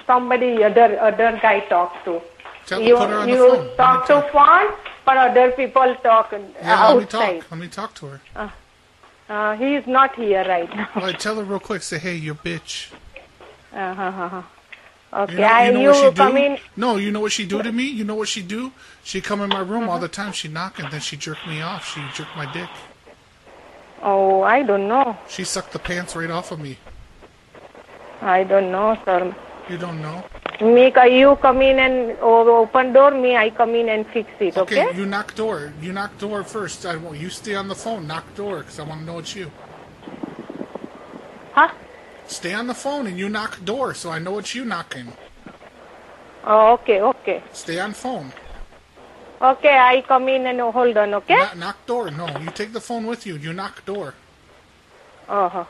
Speaker 12: Somebody other other guy talk to.
Speaker 3: Tell-
Speaker 12: you
Speaker 3: put her on the
Speaker 12: you
Speaker 3: phone. Let me
Speaker 12: talk to phone, but other people talk
Speaker 3: Yeah, let me
Speaker 12: outside.
Speaker 3: talk. Let me talk to her.
Speaker 12: Uh, he is not here right now.
Speaker 3: All right, tell her real quick. Say, hey, you're bitch.
Speaker 12: Uh-huh.
Speaker 3: You
Speaker 12: Okay,
Speaker 3: know,
Speaker 12: I,
Speaker 3: you know what she
Speaker 12: come
Speaker 3: do?
Speaker 12: in.
Speaker 3: No, you know what she do to me? You know what she do? She come in my room all the time. She knock and then she jerk me off. She jerk my dick.
Speaker 12: Oh, I don't know.
Speaker 3: She sucked the pants right off of me.
Speaker 12: I don't know, sir.
Speaker 3: You don't know?
Speaker 12: Me, ca- you come in and o- open door. Me, I come in and fix it. Okay.
Speaker 3: you knock door. You knock door first. I want you stay on the phone. Knock door because I want to know it's you.
Speaker 12: Huh?
Speaker 3: Stay on the phone and you knock door so I know it's you knocking.
Speaker 12: Oh, okay, okay,
Speaker 3: Stay on phone.
Speaker 12: okay. I come in and hold on. Okay.
Speaker 3: Knock, knock door. No, you take the phone with you. You knock door.
Speaker 12: Uh huh.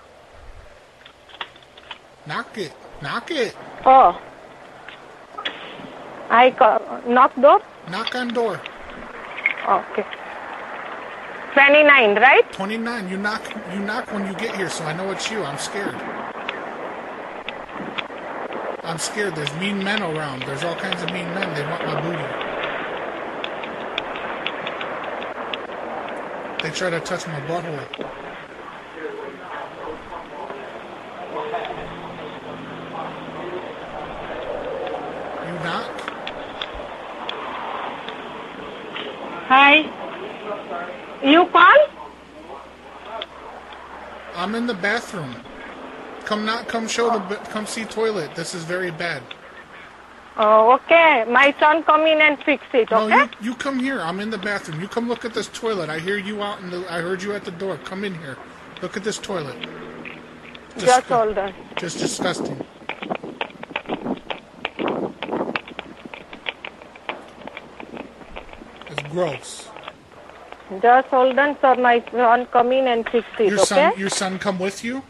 Speaker 3: Knock it. Knock it.
Speaker 12: Oh. I ca- knock door.
Speaker 3: Knock on door.
Speaker 12: Okay. Twenty nine, right?
Speaker 3: Twenty nine. You knock. You knock when you get here so I know it's you. I'm scared. I I'm scared. There's mean men around. There's all kinds of mean men. They want my booty. They try to touch my butthole. You knock?
Speaker 12: Hi. You call?
Speaker 3: I'm in the bathroom. Come not come show the ba- come see toilet. This is very bad.
Speaker 12: Oh, okay. My son come in and fix it. Okay.
Speaker 3: No, you, you come here. I'm in the bathroom. You come look at this toilet. I hear you out in the. I heard you at the door. Come in here. Look at this toilet.
Speaker 12: Just hold on.
Speaker 3: Just disgusting. It's gross.
Speaker 12: Just hold on, sir. My son come in and fix it.
Speaker 3: Your
Speaker 12: okay.
Speaker 3: son, your son, come with you.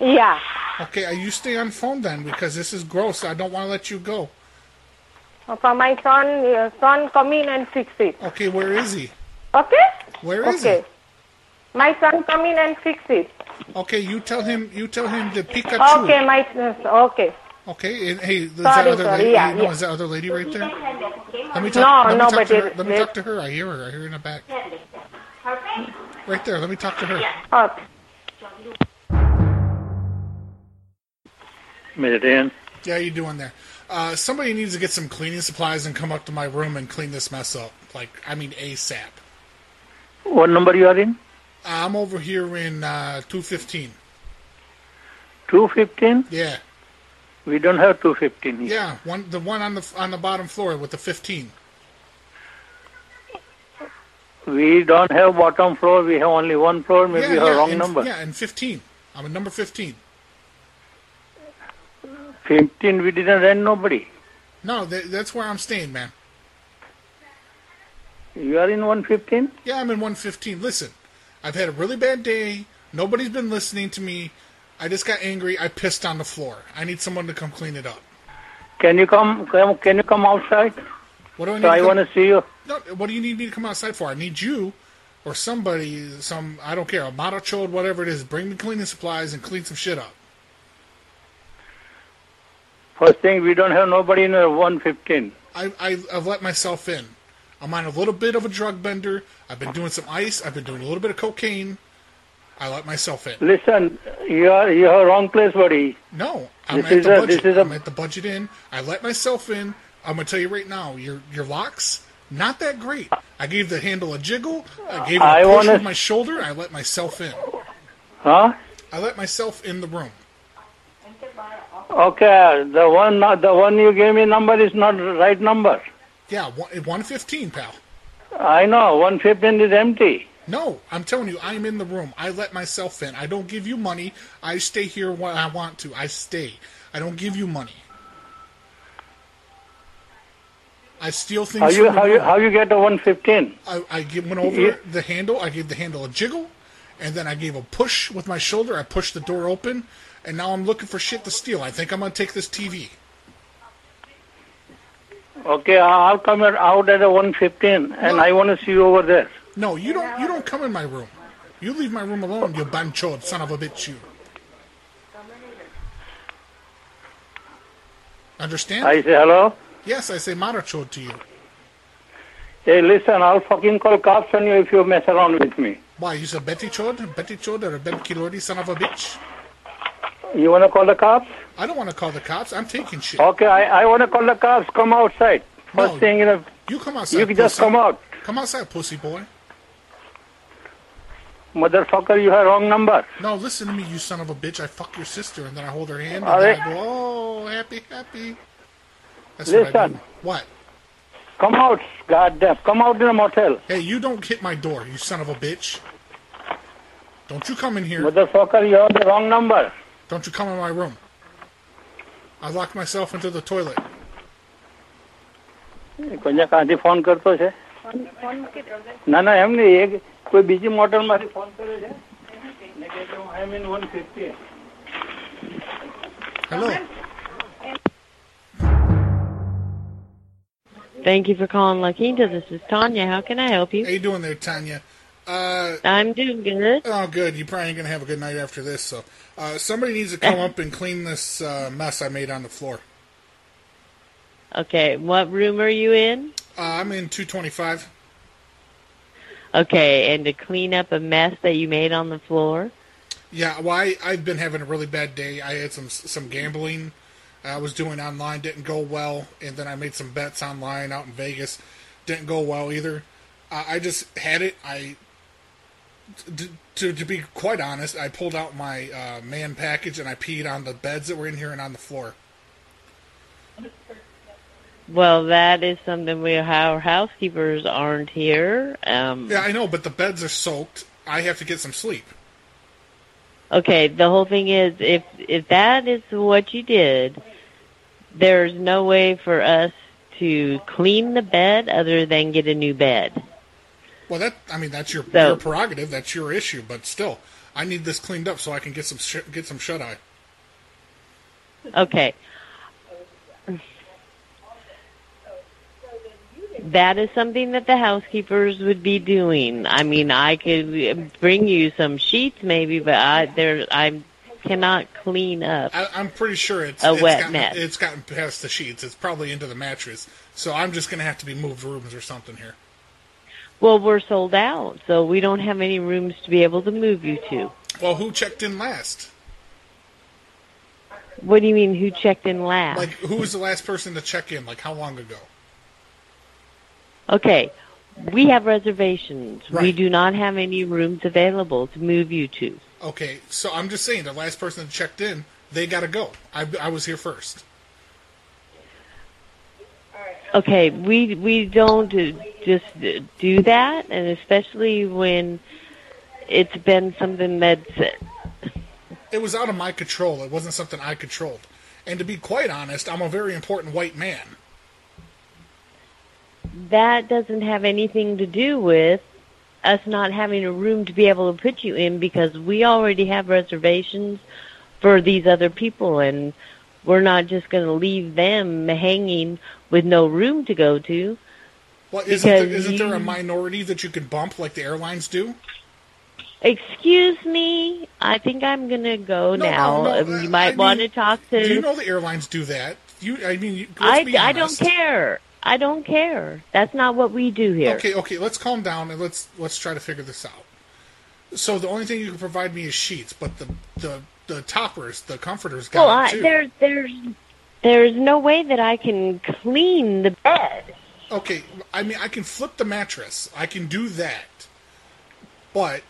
Speaker 12: Yeah.
Speaker 3: Okay, uh, you stay on phone then because this is gross. I don't want to let you go.
Speaker 12: Okay. My son, uh, son come in and fix it.
Speaker 3: Okay, where is he?
Speaker 12: Okay.
Speaker 3: Where is
Speaker 12: okay. My son come in and fix it.
Speaker 3: he? Okay, you tell him. You tell him the Pikachu.
Speaker 12: Okay. My okay.
Speaker 3: Okay, and hey, is that
Speaker 12: Sorry,
Speaker 3: other
Speaker 12: sorry,
Speaker 3: lady?
Speaker 12: yeah,
Speaker 3: you know,
Speaker 12: yeah.
Speaker 3: is that other lady right there? Let me
Speaker 12: No,
Speaker 3: talk. let me talk
Speaker 12: nobody.
Speaker 3: to her. Let me talk to her. I hear her. I hear her in the back. Right there. Let me talk to her.
Speaker 12: Okay.
Speaker 19: Made it in.
Speaker 3: Yeah, you doing there? Uh, somebody needs to get some cleaning supplies and come up to my room and clean this mess up. Like, I mean, ASAP.
Speaker 19: What number you are in?
Speaker 3: I'm over here in uh, 215.
Speaker 19: 215?
Speaker 3: Yeah.
Speaker 19: We don't have 215 here.
Speaker 3: Yeah, one the one on the on the bottom floor with the 15.
Speaker 19: We don't have bottom floor. We have only one floor. Maybe
Speaker 3: yeah,
Speaker 19: you have
Speaker 3: yeah,
Speaker 19: wrong
Speaker 3: and-
Speaker 19: number.
Speaker 3: Yeah, and 15. I'm at number 15.
Speaker 19: 15, we didn't rent nobody.
Speaker 3: No, th- that's where I'm staying, man.
Speaker 19: You are in 115?
Speaker 3: Yeah, I'm in 115. Listen, I've had a really bad day. Nobody's been listening to me. I just got angry. I pissed on the floor. I need someone to come clean it up.
Speaker 19: Can you come, come can you come outside?
Speaker 3: What do I need?
Speaker 19: So I
Speaker 3: to
Speaker 19: want to see you.
Speaker 3: No, what do you need me to come outside for? I need you or somebody, some I don't care, a model chode, whatever it is. Bring me cleaning supplies and clean some shit up.
Speaker 19: First thing, we don't have nobody in uh, 115.
Speaker 3: I, I I've let myself in. I'm on a little bit of a drug bender. I've been doing some ice. I've been doing a little bit of cocaine. I let myself in.
Speaker 19: Listen, you are you are wrong place, buddy.
Speaker 3: No, I'm
Speaker 19: This
Speaker 3: at
Speaker 19: is
Speaker 3: the
Speaker 19: a-
Speaker 3: budget.
Speaker 19: this is a-
Speaker 3: I'm at the budget in. I let myself in. I'm gonna tell you right now, your your locks not that great. I gave the handle a jiggle. I gave it a
Speaker 19: I
Speaker 3: push
Speaker 19: wanna-
Speaker 3: with my shoulder. I let myself in.
Speaker 19: Huh?
Speaker 3: I let myself in the room.
Speaker 19: Okay, the one the one you gave me number is not right number.
Speaker 3: Yeah, one, 115, pal.
Speaker 19: I know 115 is empty.
Speaker 3: No, I'm telling you, I'm in the room. I let myself in. I don't give you money. I stay here when I want to. I stay. I don't give you money. I steal things.
Speaker 19: How you
Speaker 3: from the
Speaker 19: how you
Speaker 3: room.
Speaker 19: how you get a 115?
Speaker 3: I, I give, went over
Speaker 19: Yeah.
Speaker 3: the handle. I gave the handle a jiggle, and then I gave a push with my shoulder. I pushed the door open, and now I'm looking for shit to steal. I think I'm gonna take this TV.
Speaker 19: Okay, I- I'll come at- out at a 115, and I want to see you over there.
Speaker 3: No, you don't. You don't come in my room. You leave my room alone, you banchod son of a bitch. You understand?
Speaker 19: I say hello.
Speaker 3: Yes, I say marachod to you.
Speaker 19: Hey, listen, I'll fucking call cops on you if you mess around with me.
Speaker 3: Why? You say betty chod, betty chod, or a ben kilordi, son of a bitch?
Speaker 19: You wanna call the cops?
Speaker 3: I don't want to call the cops. I'm taking shit.
Speaker 19: Okay, I, I wanna call the cops. Come outside. First
Speaker 3: No,
Speaker 19: thing you know,
Speaker 3: You come outside.
Speaker 19: You can just
Speaker 3: pussy.
Speaker 19: come out.
Speaker 3: Come outside, pussy boy.
Speaker 19: motherfucker, you have wrong number.
Speaker 3: No, listen to me, you son of a bitch. I fuck your sister, and then I hold her hand, and
Speaker 19: All
Speaker 3: then
Speaker 19: right.
Speaker 3: I go, oh, happy, happy. That's what I do.
Speaker 19: listen,
Speaker 3: What?
Speaker 19: come out, goddamn, come out in a motel.
Speaker 3: Hey, you don't hit my door, you son of a bitch. Don't you come in here.
Speaker 19: Motherfucker, you have the wrong number.
Speaker 3: Don't you come in my room. I locked myself into the toilet.
Speaker 19: કોઈ કાંથી phone કરતો છે ના ના એમ નહીં એક કોઈ બીજી motor માંથી ફોન કર્યો છે ને કહે છે, "I am in 150."
Speaker 20: Thank you for calling Lakita. This is Tanya. How can I help you?
Speaker 3: How you doing there, Tanya? Uh,
Speaker 20: I'm doing good.
Speaker 3: Oh, good. You probably ain't gonna have a good night after this. So, uh, somebody needs to come up and clean this uh, mess I made on the floor.
Speaker 20: Okay, what room are you in?
Speaker 3: Uh, I'm in 225.
Speaker 20: Okay, and to clean up a mess that you made on the floor?
Speaker 3: Yeah, well, I, I've been having a really bad day. I had some some gambling I was doing online, didn't go well, and then I made some bets online out in Vegas, didn't go well either. I, I just had it. I to, to, to be quite honest, I pulled out my uh, man package and I peed on the beds that were in here and on the floor.
Speaker 20: Well, that is something we our housekeepers aren't here. Um,
Speaker 3: Yeah, I know, but the beds are soaked. I have to get some sleep.
Speaker 20: Okay, the whole thing is if if that is what you did, there's no way for us to clean the bed other than get a new bed.
Speaker 3: Well, that I mean that's your,
Speaker 20: So-
Speaker 3: your prerogative, that's your issue, but still, I need this cleaned up so I can get some sh- get some shut eye.
Speaker 20: Okay. That is something that the housekeepers would be doing. I mean, I could bring you some sheets maybe, but I there I cannot clean up.
Speaker 3: I, I'm pretty sure it's
Speaker 20: A
Speaker 3: it's
Speaker 20: wet
Speaker 3: gotten,
Speaker 20: mess.
Speaker 3: It's gotten past the sheets. It's probably into the mattress. So I'm just gonna have to be moved rooms or something here.
Speaker 20: Well, we're sold out, so we don't have any rooms to be able to move you to.
Speaker 3: Well, who checked in last?
Speaker 20: What do you mean who checked in last?
Speaker 3: Like, who was the last person to check in? Like, how long ago?
Speaker 20: Okay. We have reservations. We
Speaker 3: Right.
Speaker 20: do not have any rooms available to move you to.
Speaker 3: Okay, so I'm just saying the last person that checked in, they gotta go. I, I was here first.
Speaker 20: Okay, we we don't uh, just uh, do that, and especially when it's been something that's
Speaker 3: It was out of my control. It wasn't something I controlled. And to be quite honest, I'm a very important white man.
Speaker 20: that doesn't have anything to do with us not having a room to be able to put you in because we already have reservations for these other people and we're not just going to leave them hanging with no room to go to.
Speaker 3: Well, isn't there,
Speaker 20: Because
Speaker 3: isn't there a
Speaker 20: you-
Speaker 3: minority that you can bump like the airlines do?
Speaker 20: Excuse me, I think I'm going to go
Speaker 3: No,
Speaker 20: now.
Speaker 3: no,
Speaker 20: Um, you might want to talk to
Speaker 3: You know the airlines do that. You, I mean, you- let's
Speaker 20: I,
Speaker 3: be
Speaker 20: I don't
Speaker 3: honest.
Speaker 20: care. I don't care. That's not what we do here.
Speaker 3: Okay, oh, okay, let's calm down and let's let's try to figure this out. So the only thing you can provide me is sheets, but the the, the toppers, the comforters got
Speaker 20: Well,
Speaker 3: it,
Speaker 20: I,
Speaker 3: too.
Speaker 20: there's there's there's no way that I can clean the bed.
Speaker 3: Okay, I mean I can flip the mattress. I can do that. But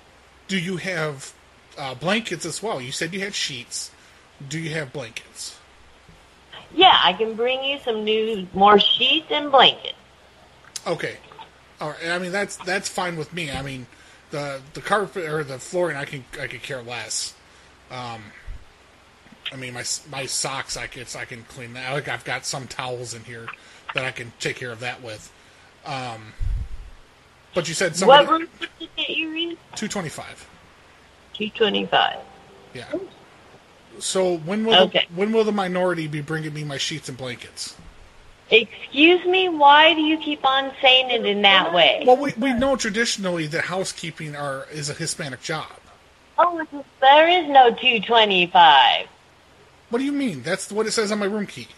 Speaker 3: do you have uh, blankets as well? You said you had sheets. Do you have blankets?
Speaker 20: Yeah, I can bring you some new more sheets and blankets.
Speaker 3: Okay. All right. I mean that's that's fine with me. I mean the the carpet or the flooring I can I could care less. Um I mean my s- my socks I can I can clean that. Like I've got some towels in here that I can take care of that with. Um but you said somebody
Speaker 20: What room did you get you in?
Speaker 3: 225.
Speaker 20: Two twenty five.
Speaker 3: Yeah. So when will
Speaker 20: Okay.
Speaker 3: the, when will the minority be bringing me my sheets and blankets?
Speaker 20: Excuse me, why do you keep on saying it in that way?
Speaker 3: Well, we, we know traditionally that housekeeping are is a Hispanic job.
Speaker 20: Oh, it's just- there is no two twenty five.
Speaker 3: What do you mean? That's what it says on my room key.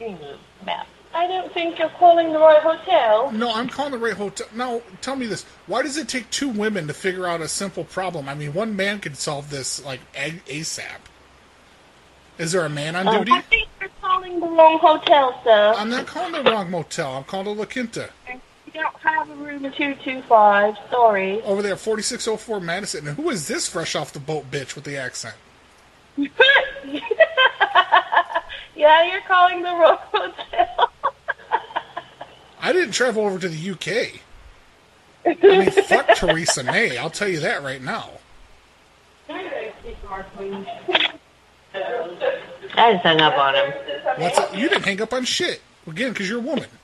Speaker 20: I don't think you're calling the right hotel.
Speaker 3: No, I'm calling the right hotel. Now, tell me this: Why does it take two women to figure out a simple problem? I mean, one man could solve this like a- ASAP. Is there a man
Speaker 12: Oh.
Speaker 3: on
Speaker 20: Oh,
Speaker 1: Uh,
Speaker 3: duty?
Speaker 1: I think you're calling the wrong hotel, sir.
Speaker 3: I'm not calling the wrong motel. I'm calling the La Quinta
Speaker 1: You don't have a room in 225. Sorry.
Speaker 3: over there, 4604 Madison. And who is this fresh off the boat bitch with the accent?
Speaker 1: Yeah, you're calling the wrong hotel.
Speaker 3: I didn't travel over to the UK. I mean, fuck Theresa May. I'll tell you that right now.
Speaker 20: I just hung up on him.
Speaker 3: What's You didn't hang up on shit again because you're a woman.